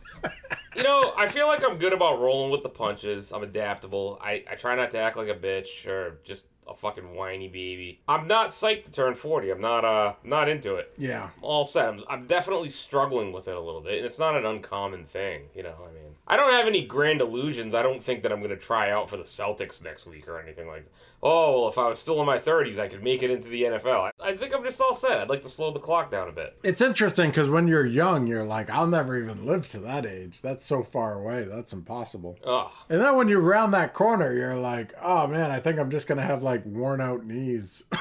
you know, I feel like I'm good about rolling with the punches. I'm adaptable. I, I try not to act like a bitch or just a fucking whiny baby. I'm not psyched to turn 40. I'm not uh not into it. yeah. I'm all set. I'm, I'm definitely struggling with it a little bit, and it's not an uncommon thing. You know, I mean, I don't have any grand illusions. I don't think that I'm going to try out for the Celtics next week or anything like. that. Oh well, if I was still in my 30s, I could make it into the NFL. I, I think I'm just all set. I'd like to slow the clock down a bit. It's interesting because when you're young, you're like, I'll never even live to that age. That's so far away. That's impossible. Ugh. And then when you round that corner, you're like, oh man, I think I'm just going to have like worn out knees.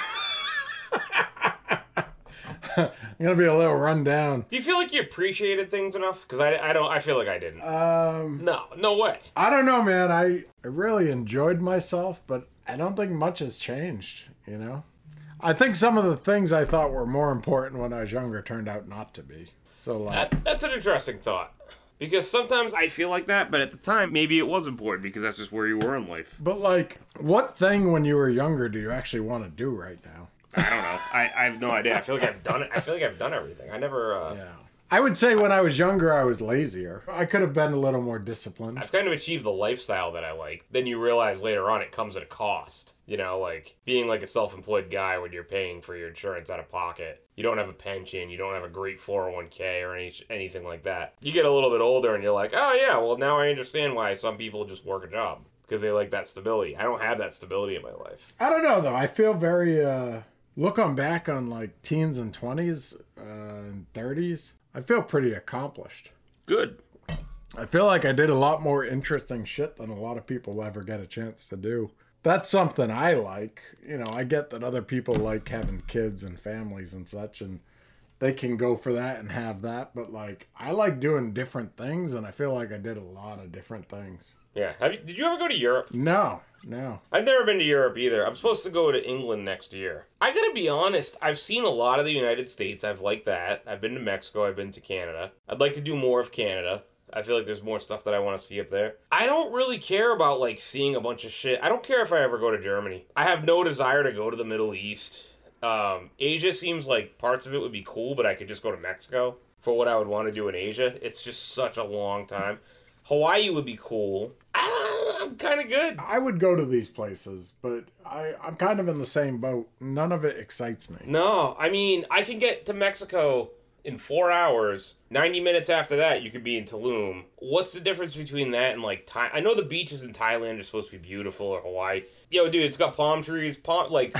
I'm going to be a little run down. Do you feel like you appreciated things enough? Because I, I don't. I feel like I didn't. Um, no, no way. I don't know, man. I, I really enjoyed myself, but I don't think much has changed, you know? I think some of the things I thought were more important when I was younger turned out not to be. So, like, That, that's an interesting thought. Because sometimes I feel like that, but at the time, maybe it was important because that's just where you were in life. But like, what thing when you were younger do you actually want to do right now? I don't know. I, I have no idea. I feel like I've done it. I feel like I've done everything. I never. Uh, Yeah. I would say when I was younger, I was lazier. I could have been a little more disciplined. I've kind of achieved the lifestyle that I like. Then you realize later on it comes at a cost. You know, like being like a self employed guy when you're paying for your insurance out of pocket. You don't have a pension, you don't have a great 401k or any, anything like that. You get a little bit older and you're like, oh yeah, well now I understand why some people just work a job because they like that stability. I don't have that stability in my life. I don't know though. I feel very uh look on back on like teens and 20s uh, and 30s. I feel pretty accomplished. Good. I feel like I did a lot more interesting shit than a lot of people ever get a chance to do. That's something I like. You know, I get that other people like having kids and families and such and they can go for that and have that, but like I like doing different things and I feel like I did a lot of different things. Yeah. Have you, did you ever go to Europe? No, no. I've never been to Europe either. I'm supposed to go to England next year. I gotta be honest, I've seen a lot of the United States. I've liked that. I've been to Mexico, I've been to Canada. I'd like to do more of Canada. I feel like there's more stuff that I want to see up there. I don't really care about like seeing a bunch of shit. I don't care if I ever go to Germany. I have no desire to go to the Middle East. Um, Asia seems like parts of it would be cool, but I could just go to Mexico for what I would want to do in Asia. It's just such a long time. Hawaii would be cool. Ah, I'm kind of good. I would go to these places, but I, I'm kind of in the same boat. None of it excites me. No, I mean, I can get to Mexico in four hours. 90 minutes after that, you could be in Tulum. What's the difference between that and like Thai? I know the beaches in Thailand are supposed to be beautiful or Hawaii. Yo, dude, it's got palm trees, palm like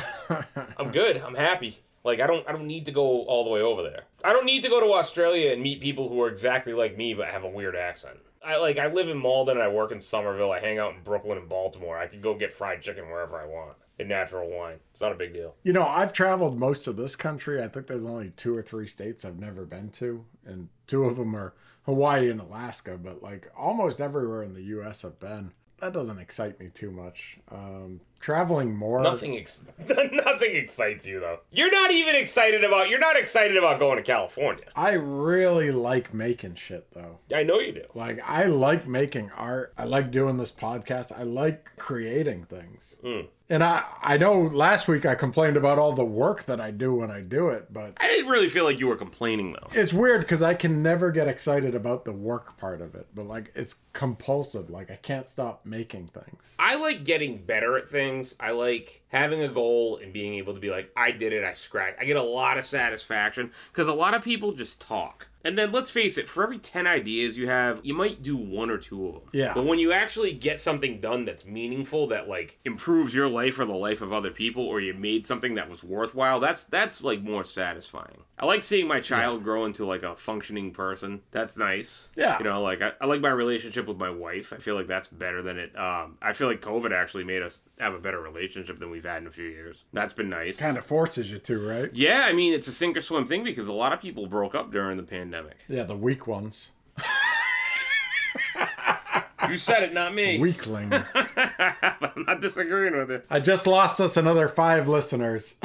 I'm good. I'm happy. Like I don't I don't need to go all the way over there. I don't need to go to Australia and meet people who are exactly like me but have a weird accent. I like I live in Malden, I work in Somerville, I hang out in Brooklyn and Baltimore. I can go get fried chicken wherever I want. And natural wine. It's not a big deal. You know, I've traveled most of this country. I think there's only two or three states I've never been to, and two of them are Hawaii and Alaska, but like almost everywhere in the US I've been. That doesn't excite me too much. Um, traveling more. Nothing ex- nothing excites you though. You're not even excited about you're not excited about going to California. I really like making shit though. I know you do. Like I like making art. I like doing this podcast. I like creating things. And I I know last week I complained about all the work that I do when I do it, but I didn't really feel like you were complaining though. it's weird cuz I can never get excited about the work part of it, but like it's compulsive. Like I can't stop making things. I like getting better at things. I like having a goal and being able to be like, I did it, I scratched. I get a lot of satisfaction because a lot of people just talk. And then let's face it, for every 10 ideas you have, you might do one or two of them. Yeah. But when you actually get something done that's meaningful, that like improves your life or the life of other people, or you made something that was worthwhile, that's that's like more satisfying. I like seeing my child grow into like a functioning person. That's nice. Yeah. You know, like I, I like my relationship with my wife. I feel like that's better than it. Um, I feel like COVID actually made us have a better relationship than we've had in a few years. That's been nice. Kind of forces you to, right? Yeah, I mean it's a sink or swim thing because a lot of people broke up during the pandemic. Yeah, the weak ones. You said it, not me. Weaklings. I'm not disagreeing with it. I just lost us another five listeners.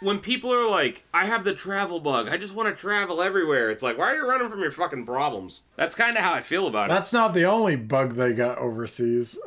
When people are like, "I have the travel bug. I just want to travel everywhere," it's like, why are you running from your fucking problems? That's kind of how I feel about it. That's not the only bug they got overseas.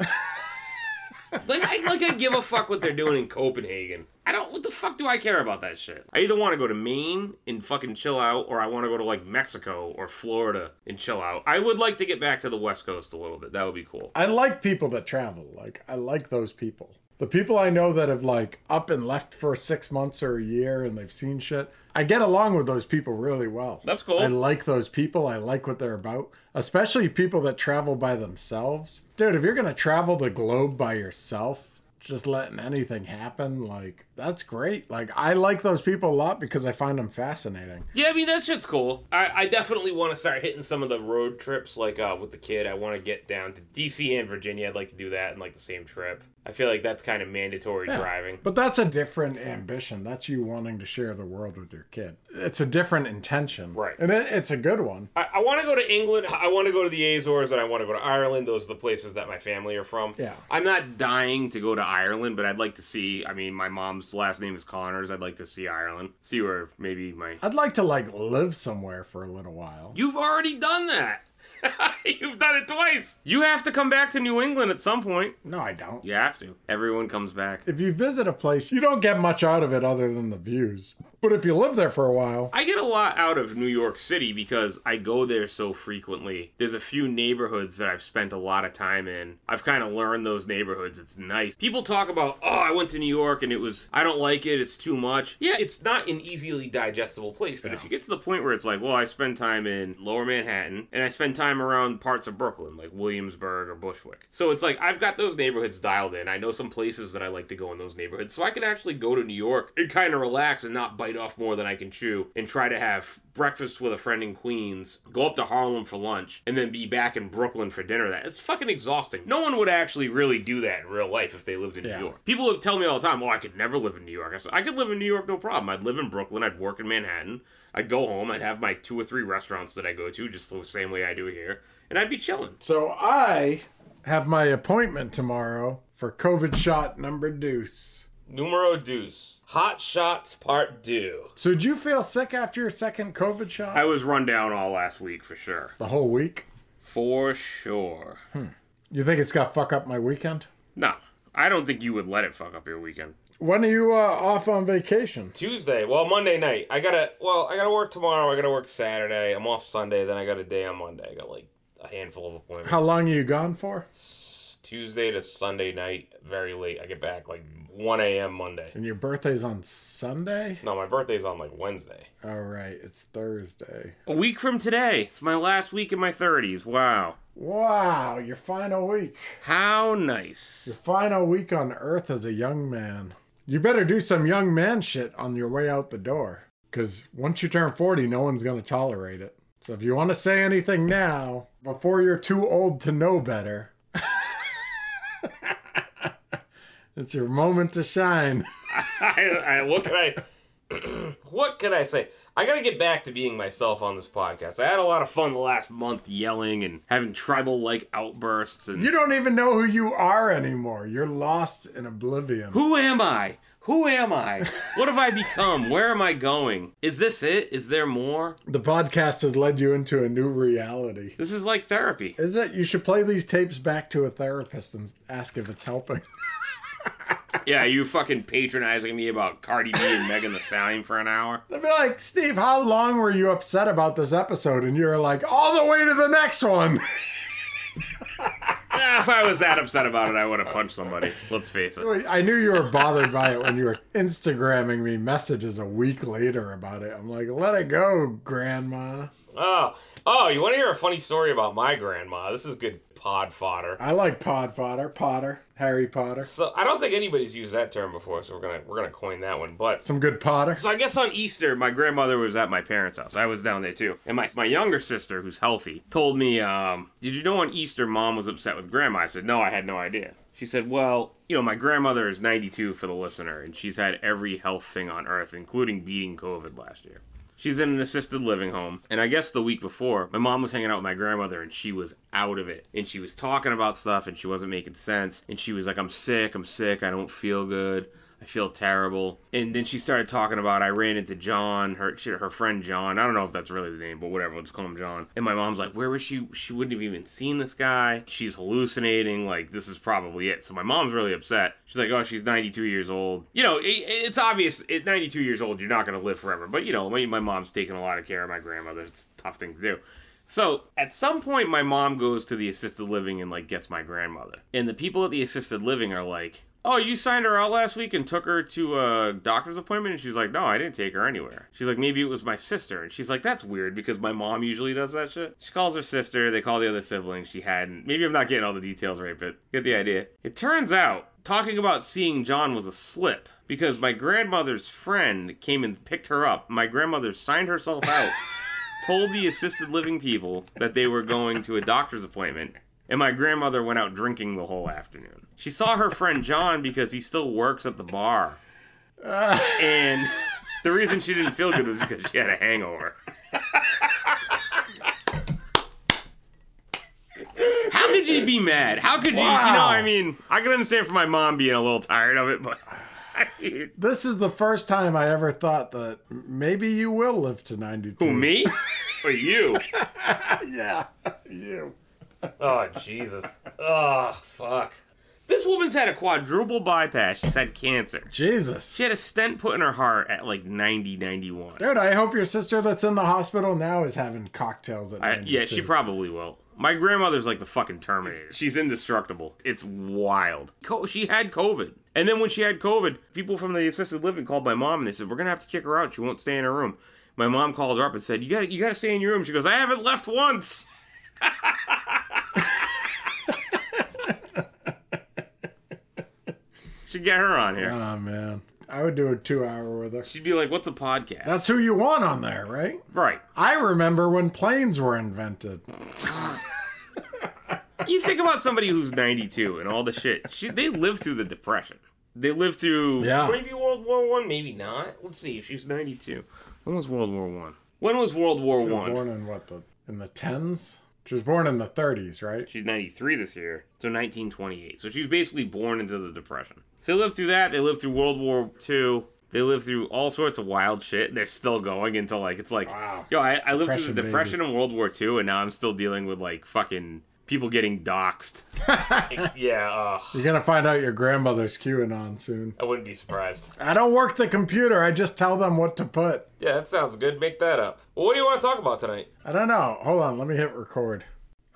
Like, I, like I give a fuck what they're doing in Copenhagen. I don't. What the fuck do I care about that shit? I either want to go to Maine and fucking chill out, or I want to go to like Mexico or Florida and chill out. I would like to get back to the West Coast a little bit. That would be cool. I like people that travel. Like I like those people. The people I know that have like up and left for six months or a year and they've seen shit. I get along with those people really well. That's cool. I like those people. I like what they're about. Especially people that travel by themselves. Dude, if you're gonna travel the globe by yourself, just letting anything happen, like that's great. Like I like those people a lot because I find them fascinating. Yeah, I mean that shit's cool. I, I definitely want to start hitting some of the road trips, like uh, with the kid. I want to get down to DC and Virginia. I'd like to do that in like the same trip. I feel like that's kind of mandatory driving. But that's a different ambition. That's you wanting to share the world with your kid. It's a different intention. Right. And it, it's a good one. I, I want to go to England. I want to go to the Azores, and I want to go to Ireland. Those are the places that my family are from. Yeah. I'm not dying to go to Ireland, but I'd like to see. I mean, my mom's last name is Connors. I'd like to see Ireland. See where maybe my. I'd like to like live somewhere for a little while. You've already done that. You've done it twice. You have to come back to New England at some point. No, I don't. You have to. Everyone comes back. If you visit a place, you don't get much out of it other than the views. But if you live there for a while, I get a lot out of New York City because I go there so frequently. There's a few neighborhoods that I've spent a lot of time in. I've kind of learned those neighborhoods. It's nice. People talk about, oh, I went to New York and it was, I don't like it, it's too much. Yeah, it's not an easily digestible place, but if you get to the point where it's like, well, I spend time in lower Manhattan and I spend time around parts of Brooklyn, like Williamsburg or Bushwick. So it's like, I've got those neighborhoods dialed in. I know some places that I like to go in those neighborhoods. So I can actually go to New York and kind of relax and not bite off more than I can chew and try to have breakfast with a friend in Queens, go up to Harlem for lunch, and then be back in Brooklyn for dinner. That it's fucking exhausting. No one would actually really do that in real life if they lived in Yeah. New York. People would tell me all the time, "Well, I could never live in New York." I said, "I could live in New York, no problem. I'd live in Brooklyn. I'd work in Manhattan. I'd go home. I'd have my two or three restaurants that I go to, just the same way I do here, and I'd be chilling." so I have my appointment tomorrow for COVID shot number deuce. Numero Deuce, Hot Shots Part Two. So did you feel sick after your second COVID shot? I was run down all last week for sure, the whole week. for sure. You think it's gonna fuck up my weekend? No, I don't think you would let it fuck up your weekend. When are you uh, off on vacation? Tuesday. Well, Monday night. I gotta. Well, I gotta work tomorrow. I gotta work Saturday. I'm off Sunday. Then I got a day on Monday. I got like a handful of appointments. How long are you gone for? Tuesday to Sunday night, very late. I get back like 1 a.m. Monday. And your birthday's on Sunday? No, my birthday's on like Wednesday. All right, it's Thursday. A week from today. It's my last week in my 30s. Wow. Wow, your final week. How nice. Your final week on earth as a young man. You better do some young man shit on your way out the door. Because once you turn 40, no one's going to tolerate it. So if you want to say anything now, before you're too old to know better, it's your moment to shine. I, I, what can I? what can I say? I gotta get back to being myself on this podcast. I had a lot of fun the last month yelling and having tribal like outbursts and You don't even know who you are anymore. You're lost in oblivion. Who am I? Who am I? What have I become? Where am I going? Is this it? Is there more? The podcast has led you into a new reality. This is like therapy. Is it you should play these tapes back to a therapist and ask if it's helping? Yeah, you fucking patronizing me about Cardi B and Megan the Stallion for an hour. They'd be like, Steve, how long were you upset about this episode? And you're like, all the way to the next one. Ah, if I was that upset about it, I would have punched somebody. Let's face it. I knew you were bothered by it when you were Instagramming me messages a week later about it. I'm like, let it go, Grandma. Oh, oh, you want to hear a funny story about my grandma? This is good pod fodder. I like Pod Fodder, Potter, Harry Potter. So I don't think anybody's used that term before, so we're gonna we're gonna coin that one. But Some good Potter. So I guess on Easter, my grandmother was at my parents' house. I was down there too. And my, my younger sister, who's healthy, told me, um, Did you know on Easter mom was upset with grandma? I said, No, I had no idea. She said, Well, you know, my grandmother is 92 for the listener, and she's had every health thing on earth, including beating COVID last year. She's in an assisted living home. And I guess the week before, my mom was hanging out with my grandmother and she was out of it. And she was talking about stuff and she wasn't making sense. And she was like, I'm sick, I'm sick, I don't feel good. I feel terrible. And then she started talking about I ran into John, her she, her friend John. I don't know if that's really the name, but whatever, let's call him John. And my mom's like, Where was she? She wouldn't have even seen this guy. She's hallucinating. Like, this is probably it. So my mom's really upset. She's like, Oh, she's 92 years old. You know, it, it's obvious at 92 years old, you're not going to live forever. But, you know, my, my mom's taking a lot of care of my grandmother. It's a tough thing to do. So at some point, my mom goes to the assisted living and like gets my grandmother, and the people at the assisted living are like, "Oh, you signed her out last week and took her to a doctor's appointment," and she's like, "No, I didn't take her anywhere." She's like, "Maybe it was my sister," and she's like, "That's weird because my mom usually does that shit." She calls her sister. They call the other sibling. She hadn't. Maybe I'm not getting all the details right, but you get the idea. It turns out talking about seeing John was a slip. Because my grandmother's friend came and picked her up. My grandmother signed herself out told the assisted living people that they were going to a doctor's appointment, and my grandmother went out drinking the whole afternoon. She saw her friend John because he still works at the bar. And the reason she didn't feel good was because she had a hangover. How could you be mad? How could you? You know, Wow. I mean, I can understand for my mom being a little tired of it, but I mean, This is the first time I ever thought that maybe you will live to 92. who, me or you? Yeah, you. Oh Jesus! Oh fuck! This woman's had a quadruple bypass. She's had cancer. Jesus. She had a stent put in her heart at like 90, 91. Dude, I hope your sister that's in the hospital now is having cocktails at I, night. Uh, yeah, she probably will. My grandmother's like the fucking Terminator. She's indestructible. It's wild. Co- she had COVID. And then when she had COVID, people from the assisted living called my mom and they said, We're gonna have to kick her out. She won't stay in her room. My mom called her up and said, You gotta you gotta stay in your room. She goes, I haven't left once. Should get her on here. Oh, man. I would do a two hour with her. She'd be like, What's a podcast? That's who you want on there, right? right. I remember when planes were invented. you think about somebody who's 92 and all the shit. She, they lived through the depression. They lived through Yeah. maybe World War One, maybe not. Let's see if she's 92. When was World War One? When was World War She was One? born in what the in the tens? She was born in the thirties, right? She's 93 this year, so 1928. So she's basically born into the depression. So they lived through that. They lived through World War Two. They lived through all sorts of wild shit. They're still going until like it's like, Wow. yo, I, I lived through Depression, the depression and World War Two, and now I'm still dealing with like fucking people getting doxxed. yeah, uh, You're gonna find out your grandmother's QAnon soon. I wouldn't be surprised. I don't work the computer. I just tell them what to put. Yeah, that sounds good. Make that up. Well, what do you want to talk about tonight? I don't know. Hold on. Let me hit record.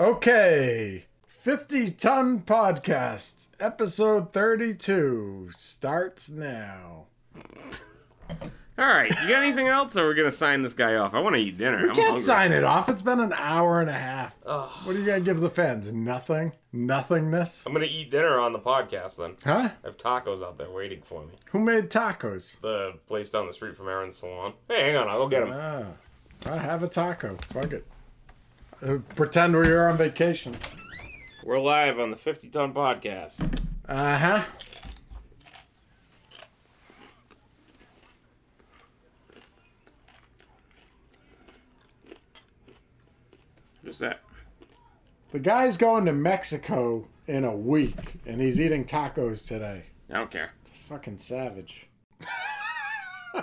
Okay. 50 Ton Podcast, episode 32, starts now. All right, you got anything else, or we're gonna sign this guy off? I want to eat dinner. We I'm can't hungry. sign it off. It's been an hour and a half. What are you going to give the fans? Nothing? Nothingness? I'm gonna eat dinner on the podcast then. Huh? I have tacos out there waiting for me. Who made tacos? The place down the street from Aaron's salon. Hey, hang on, I'll go get him. Ah, I have a taco. Fuck it. Uh, Pretend we were on vacation. We're live on the 50 Ton Podcast. Uh huh. Just that. The guy's going to Mexico in a week, and he's eating tacos today. I don't care. Fucking savage.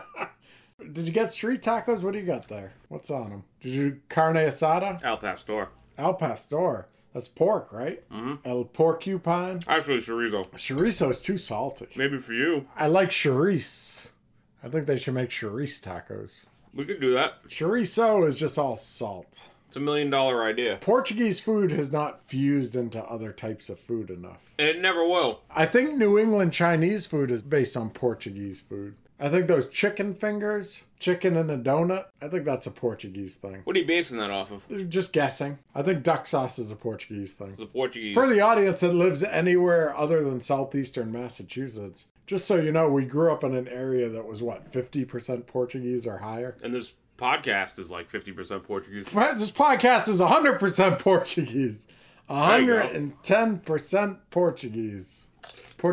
Did you get street tacos? What do you got there? What's on them? Did you do carne asada? Al Pastor. Al pastor. That's pork, right? Mm-hmm. El porcupine. Actually, chorizo. Chorizo is too salty. Maybe for you, I like chorizo. I think they should make chorizo tacos. we could do that. Chorizo is just all salt. It's a million dollar idea, Portuguese food has not fused into other types of food enough. and it never will. I think New England Chinese food is based on Portuguese food. I think those chicken fingers, chicken and a donut, I think that's a Portuguese thing. What are you basing that off of? Just guessing. I think duck sauce is a Portuguese thing. The Portuguese. For the audience that lives anywhere other than southeastern Massachusetts, just so you know, we grew up in an area that was what, 50% Portuguese or higher? and this podcast is like 50% Portuguese. Right, This podcast is 100% Portuguese. you go. 110% Portuguese.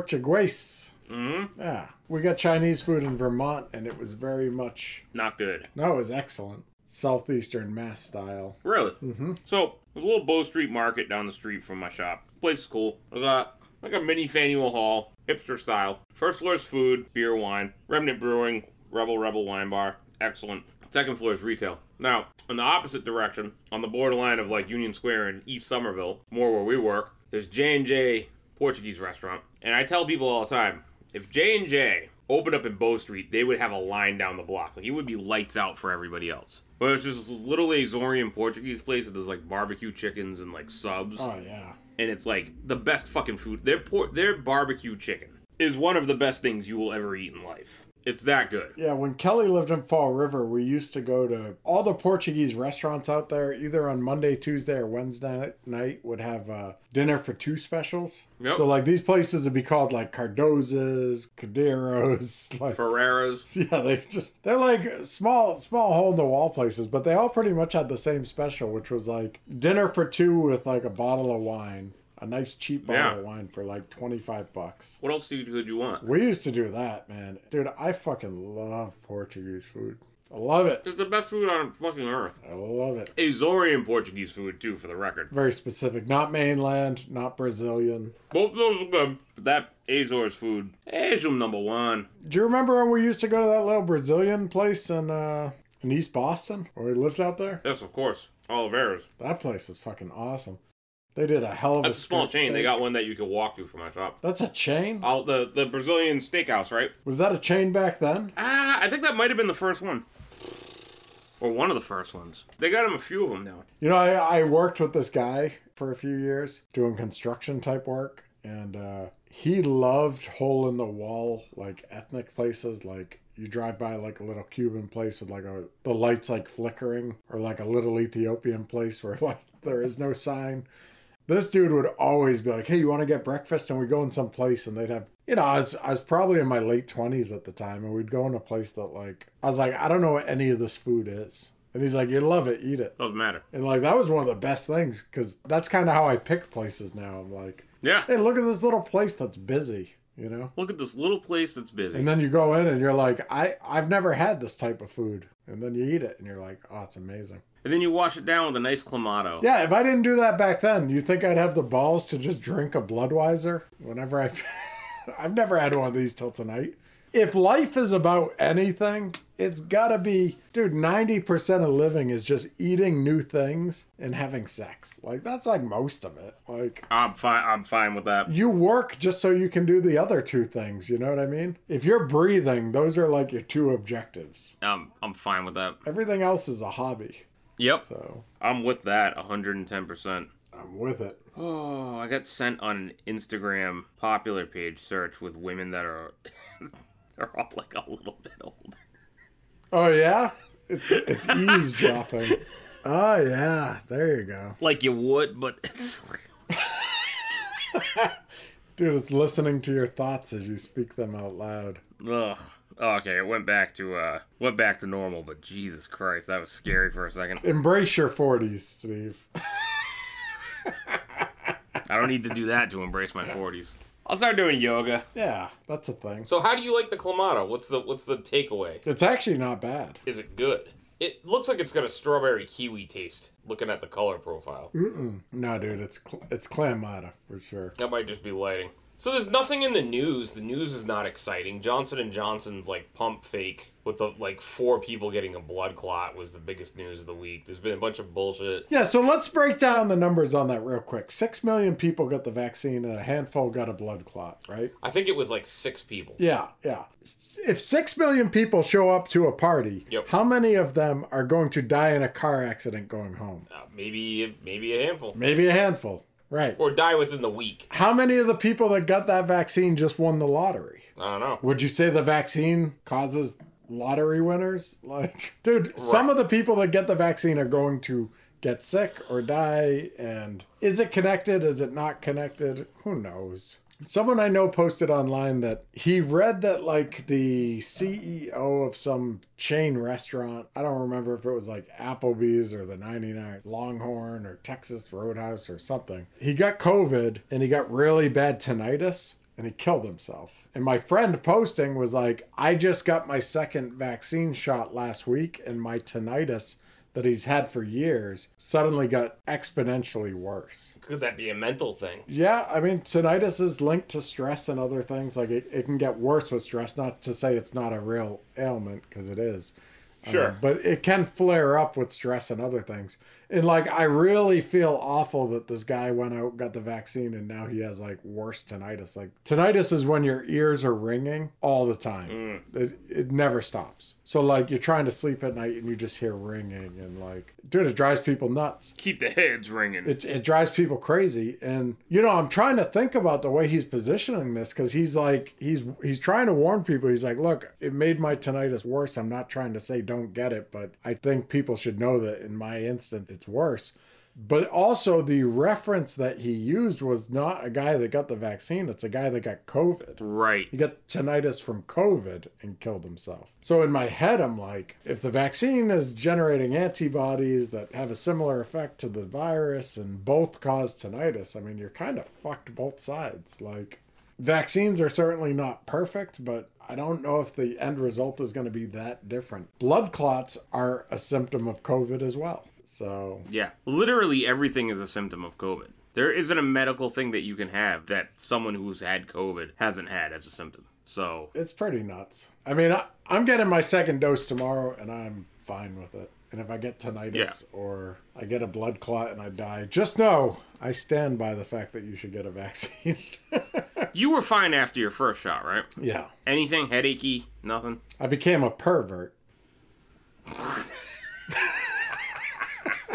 Portuguese. Mm-hmm. Yeah. We got Chinese food in Vermont, and it was very much, Not good. no, it was excellent. Southeastern Mass style. Really? Mm-hmm. So there's a little Bow Street Market down the street from my shop. place is cool. I got like a mini Faneuil Hall, hipster style. First floor is food, beer, wine. Remnant Brewing, Rebel Rebel Wine Bar, excellent. Second floor is retail. Now, in the opposite direction, on the borderline of like Union Square and East Somerville, more where we work, there's J and J Portuguese restaurant. And I tell people all the time, if J and J opened up in Bow Street, they would have a line down the block. Like it would be lights out for everybody else. But it's just this little Azorian Portuguese place that does like barbecue chickens and like subs, Oh, yeah. and it's like the best fucking food. Their por- their barbecue chicken is one of the best things you will ever eat in life. It's that good. Yeah, when Kelly lived in Fall River, we used to go to all the Portuguese restaurants out there, either on Monday, Tuesday, or Wednesday night, would have uh, dinner for two specials. Yep. So, like, these places would be called like Cardoza's, Cadeiros. Like, Ferreras. yeah, they just, they're like small, small hole in the wall places, but they all pretty much had the same special, which was like dinner for two with like a bottle of wine, a nice cheap bottle Yeah. of wine for like 25 bucks. What else do you, could you want? We used to do that, man. Dude, I fucking love Portuguese food. I love it. It's the best food on fucking earth. I love it. Azorian Portuguese food too, for the record. Very specific. Not mainland, not Brazilian. Both those are good. But that Azores food, Azum number one. Do you remember when we used to go to that little Brazilian place in uh in East Boston where we lived out there? Yes, of course. Oliveras. That place is fucking awesome. They did a hell of That's a a small skirt chain. They steak. got one that you could walk to from my shop. That's a chain. All the the Brazilian steakhouse, right? Was that a chain back then? Ah, I think that might have been the first one, or one of the first ones. They got him a few of them now. You know, I, I worked with this guy for a few years doing construction type work, and uh, he loved hole in the wall, like ethnic places. Like you drive by like a little Cuban place with like a the lights like flickering, or like a little Ethiopian place where like there is no sign. This dude would always be like, "Hey, you want to get breakfast?" And we go in some place, and they'd have, you know, I was I was probably in my late twenties at the time, and we'd go in a place that like I was like, I don't know what any of this food is, and he's like, "You love it, eat it." Doesn't matter. And like that was one of the best things because that's kind of how I pick places now. I'm like, Yeah. hey, look at this little place that's busy, you know. Look at this little place that's busy. And then you go in and you're like, I I've never had this type of food, and then you eat it and you're like, oh, it's amazing. And then you wash it down with a nice clamato. Yeah, if I didn't do that back then, you think I'd have the balls to just drink a Bloodweiser whenever I? I've never had one of these till tonight. If life is about anything, it's gotta be, dude. Ninety percent of living is just eating new things and having sex. Like that's like most of it. Like I'm fine. I'm fine with that. you work just so you can do the other two things. You know what I mean? If you're breathing, those are like your two objectives. I'm I'm fine with that. Everything else is a hobby. Yep. So I'm with that 110%. I'm with it. Oh, I got sent on an Instagram popular page search with women that are they're all like a little bit older. Oh yeah, it's it's eavesdropping. Oh yeah, there you go, Like you would, but it's like, dude. It's listening to your thoughts as you speak them out loud. ugh. Oh, okay, it went back to uh went back to normal, but Jesus Christ, that was scary for a second. Embrace your forties, Steve. I don't need to do that to embrace my 40s. I'll start doing yoga. Yeah, that's a thing. So how do you like the clamato? What's the what's the takeaway? It's actually not bad. Is it good? It looks like it's got a strawberry kiwi taste looking at the color profile. No, dude, it's cl- it's clamato for sure. That might just be lighting. So there's nothing in the news. The news is not exciting. Johnson and Johnson's like pump fake with the like four people getting a blood clot was the biggest news of the week. There's been a bunch of bullshit. Yeah, so let's break down the numbers on that real quick. Six million people got the vaccine, and a handful got a blood clot, right? I think it was like six people. Yeah, yeah. S- If six million people show up to a party, Yep. how many of them are going to die in a car accident going home? Uh, maybe maybe a handful Maybe a handful, right? or die within the week. How many of the people that got that vaccine just won the lottery? I don't know. Would you say the vaccine causes lottery winners? Like, dude, some of the people that get the vaccine are going to get sick or die. And is it connected? Is it not connected? Who knows? Someone I know posted online that he read that, like, the CEO of some chain restaurant, I don't remember if it was like Applebee's or the 99 Longhorn or Texas Roadhouse or something, he got COVID and he got really bad tinnitus and he killed himself. And my friend posting was like, I just got my second vaccine shot last week, and my tinnitus that he's had for years suddenly got exponentially worse. Could that be a mental thing? Yeah, I mean, tinnitus is linked to stress and other things. Like, it, it can get worse with stress, not to say it's not a real ailment, because it is. Sure. Uh, but it can flare up with stress and other things. And like, I really feel awful that this guy went out, got the vaccine, and now he has like worse tinnitus. Like, tinnitus is when your ears are ringing all the time, it, it never stops. So, like, you're trying to sleep at night and you just hear ringing, and like, dude, it drives people nuts Keep the heads ringing. it, it drives people crazy and you know i'm trying to think about the way he's positioning this because he's like he's he's trying to warn people he's like look it made my tinnitus worse i'm not trying to say don't get it but i think people should know that in my instance it's worse but also the reference that he used was not a guy that got the vaccine it's a guy that got covid right. he got tinnitus from COVID and killed himself. So in my head, I'm like, if the vaccine is generating antibodies that have a similar effect to the virus and both cause tinnitus, I mean, you're kind of fucked both sides. Like, vaccines are certainly not perfect, but I don't know if the end result is going to be that different. Blood clots are a symptom of COVID as well. So, Yeah. Literally everything is a symptom of COVID. There isn't a medical thing that you can have that someone who's had COVID hasn't had as a symptom. So it's pretty nuts. I mean, I, I'm getting my second dose tomorrow and I'm fine with it. And if I get tinnitus or I get a blood clot and I die, just know I stand by the fact that you should get a vaccine. You were fine after your first shot, right? yeah. Anything headachy? Nothing. I became a pervert.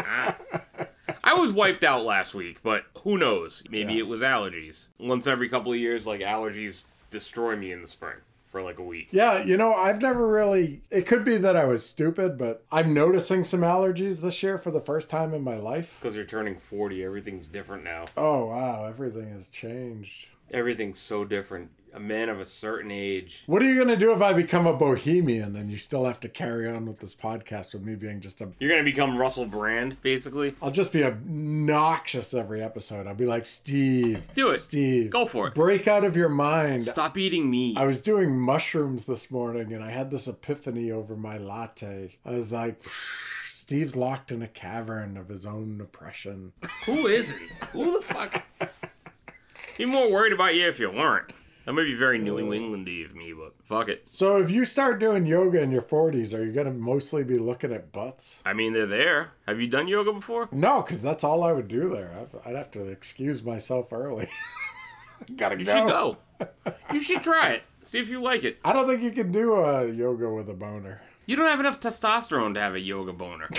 I was wiped out last week, but who knows? Maybe it was allergies. Once every couple of years, like allergies destroy me in the spring for like a week. Yeah, you know, I've never really. It could be that I was stupid, but I'm noticing some allergies this year for the first time in my life. Because you're turning 40, everything's different now. Oh, wow, everything has changed. Everything's so different. A man of a certain age. What are you going to do if I become a bohemian and you still have to carry on with this podcast with me being just a. You're going to become Russell Brand, basically. I'll just be obnoxious every episode. I'll be like, Steve. Do it. Steve. Go for it. Break out of your mind. Stop eating meat. I was doing mushrooms this morning and I had this epiphany over my latte. I was like, Steve's locked in a cavern of his own oppression. Who is he? Who the fuck? Be more worried about you if you weren't. That might be very New Englandy of me, but fuck it. So if you start doing yoga in your 40s, are you going to mostly be looking at butts? I mean, they're there. Have you done yoga before? No, because that's all I would do there. I'd- I'd have to excuse myself early. Gotta You go. should go. You should try it. See if you like it. I don't think you can do uh, yoga with a boner. You don't have enough testosterone to have a yoga boner.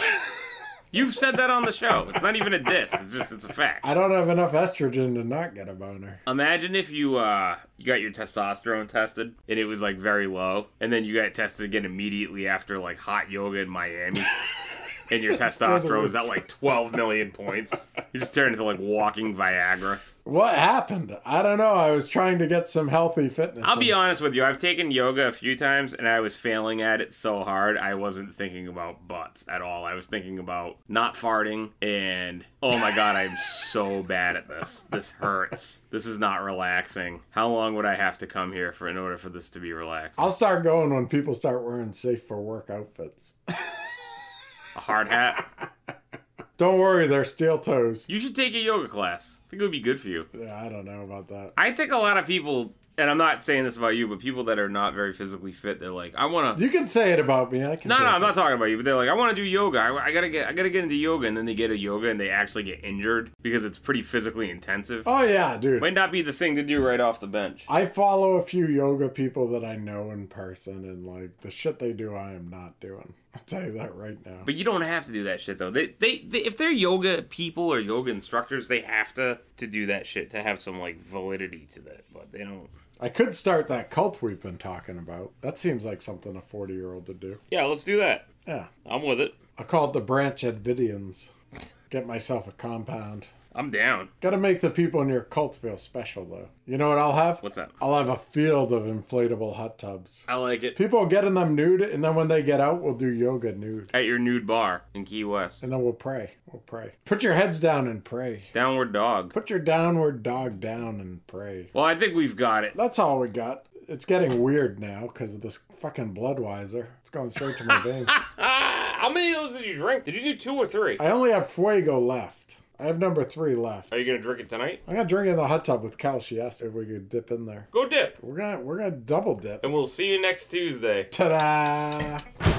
You've said that on the show. It's not even a diss. It's just it's a fact. I don't have enough estrogen to not get a boner. Imagine if you uh you got your testosterone tested and it was like very low, and then you got tested again immediately after like hot yoga in Miami. And your testosterone was at like 12 million points. You just turned into like walking Viagra. What happened? I don't know. I was trying to get some healthy fitness. I'll be in. honest with you. I've taken yoga a few times, and I was failing at it so hard. I wasn't thinking about butts at all. I was thinking about not farting, and oh my god, I'm so bad at this. This hurts. This is not relaxing. How long would I have to come here for in order for this to be relaxed? I'll start going when people start wearing safe for work outfits. A hard hat. Don't worry, they're steel toes. You should take a yoga class. I think it would be good for you. Yeah, I don't know about that. I think a lot of people, and I'm not saying this about you, but people that are not very physically fit, they're like, I want to. You can say it about me. I can. No, no, take I'm it. not talking about you. But they're like, I want to do yoga. I, I gotta get, I gotta get into yoga, and then they get a yoga and they actually get injured because it's pretty physically intensive. Oh yeah, dude. Might not be the thing to do right off the bench. I follow a few yoga people that I know in person, and like the shit they do, I am not doing. I'll tell you that right now. But you don't have to do that shit though. They, they, they if they're yoga people or yoga instructors, they have to to do that shit to have some like validity to that. But they don't. I could start that cult we've been talking about. That seems like something a 40 year old would do. Yeah, let's do that. Yeah. I'm with it. I'll call it the Branch Advidians. Get myself a compound. I'm down. Gotta make the people in your cult feel special, though. You know what I'll have? What's that? I'll have a field of inflatable hot tubs. I like it. People will get in them nude, and then when they get out, we'll do yoga nude. At your nude bar in Key West. And then we'll pray. We'll pray. Put your heads down and pray. Downward dog. Put your downward dog down and pray. Well, I think we've got it. That's all we got. It's getting weird now because of this fucking Bloodweiser. It's going straight to my veins. Ah, how many of those did you drink? Did you do two or three? I only have Fuego left. I have number three left. Are you gonna drink it tonight? I'm gonna drink it in the hot tub with Cal. She asked if we could dip in there. Go dip. We're gonna we're gonna double dip. and we'll see you next Tuesday. Ta-da!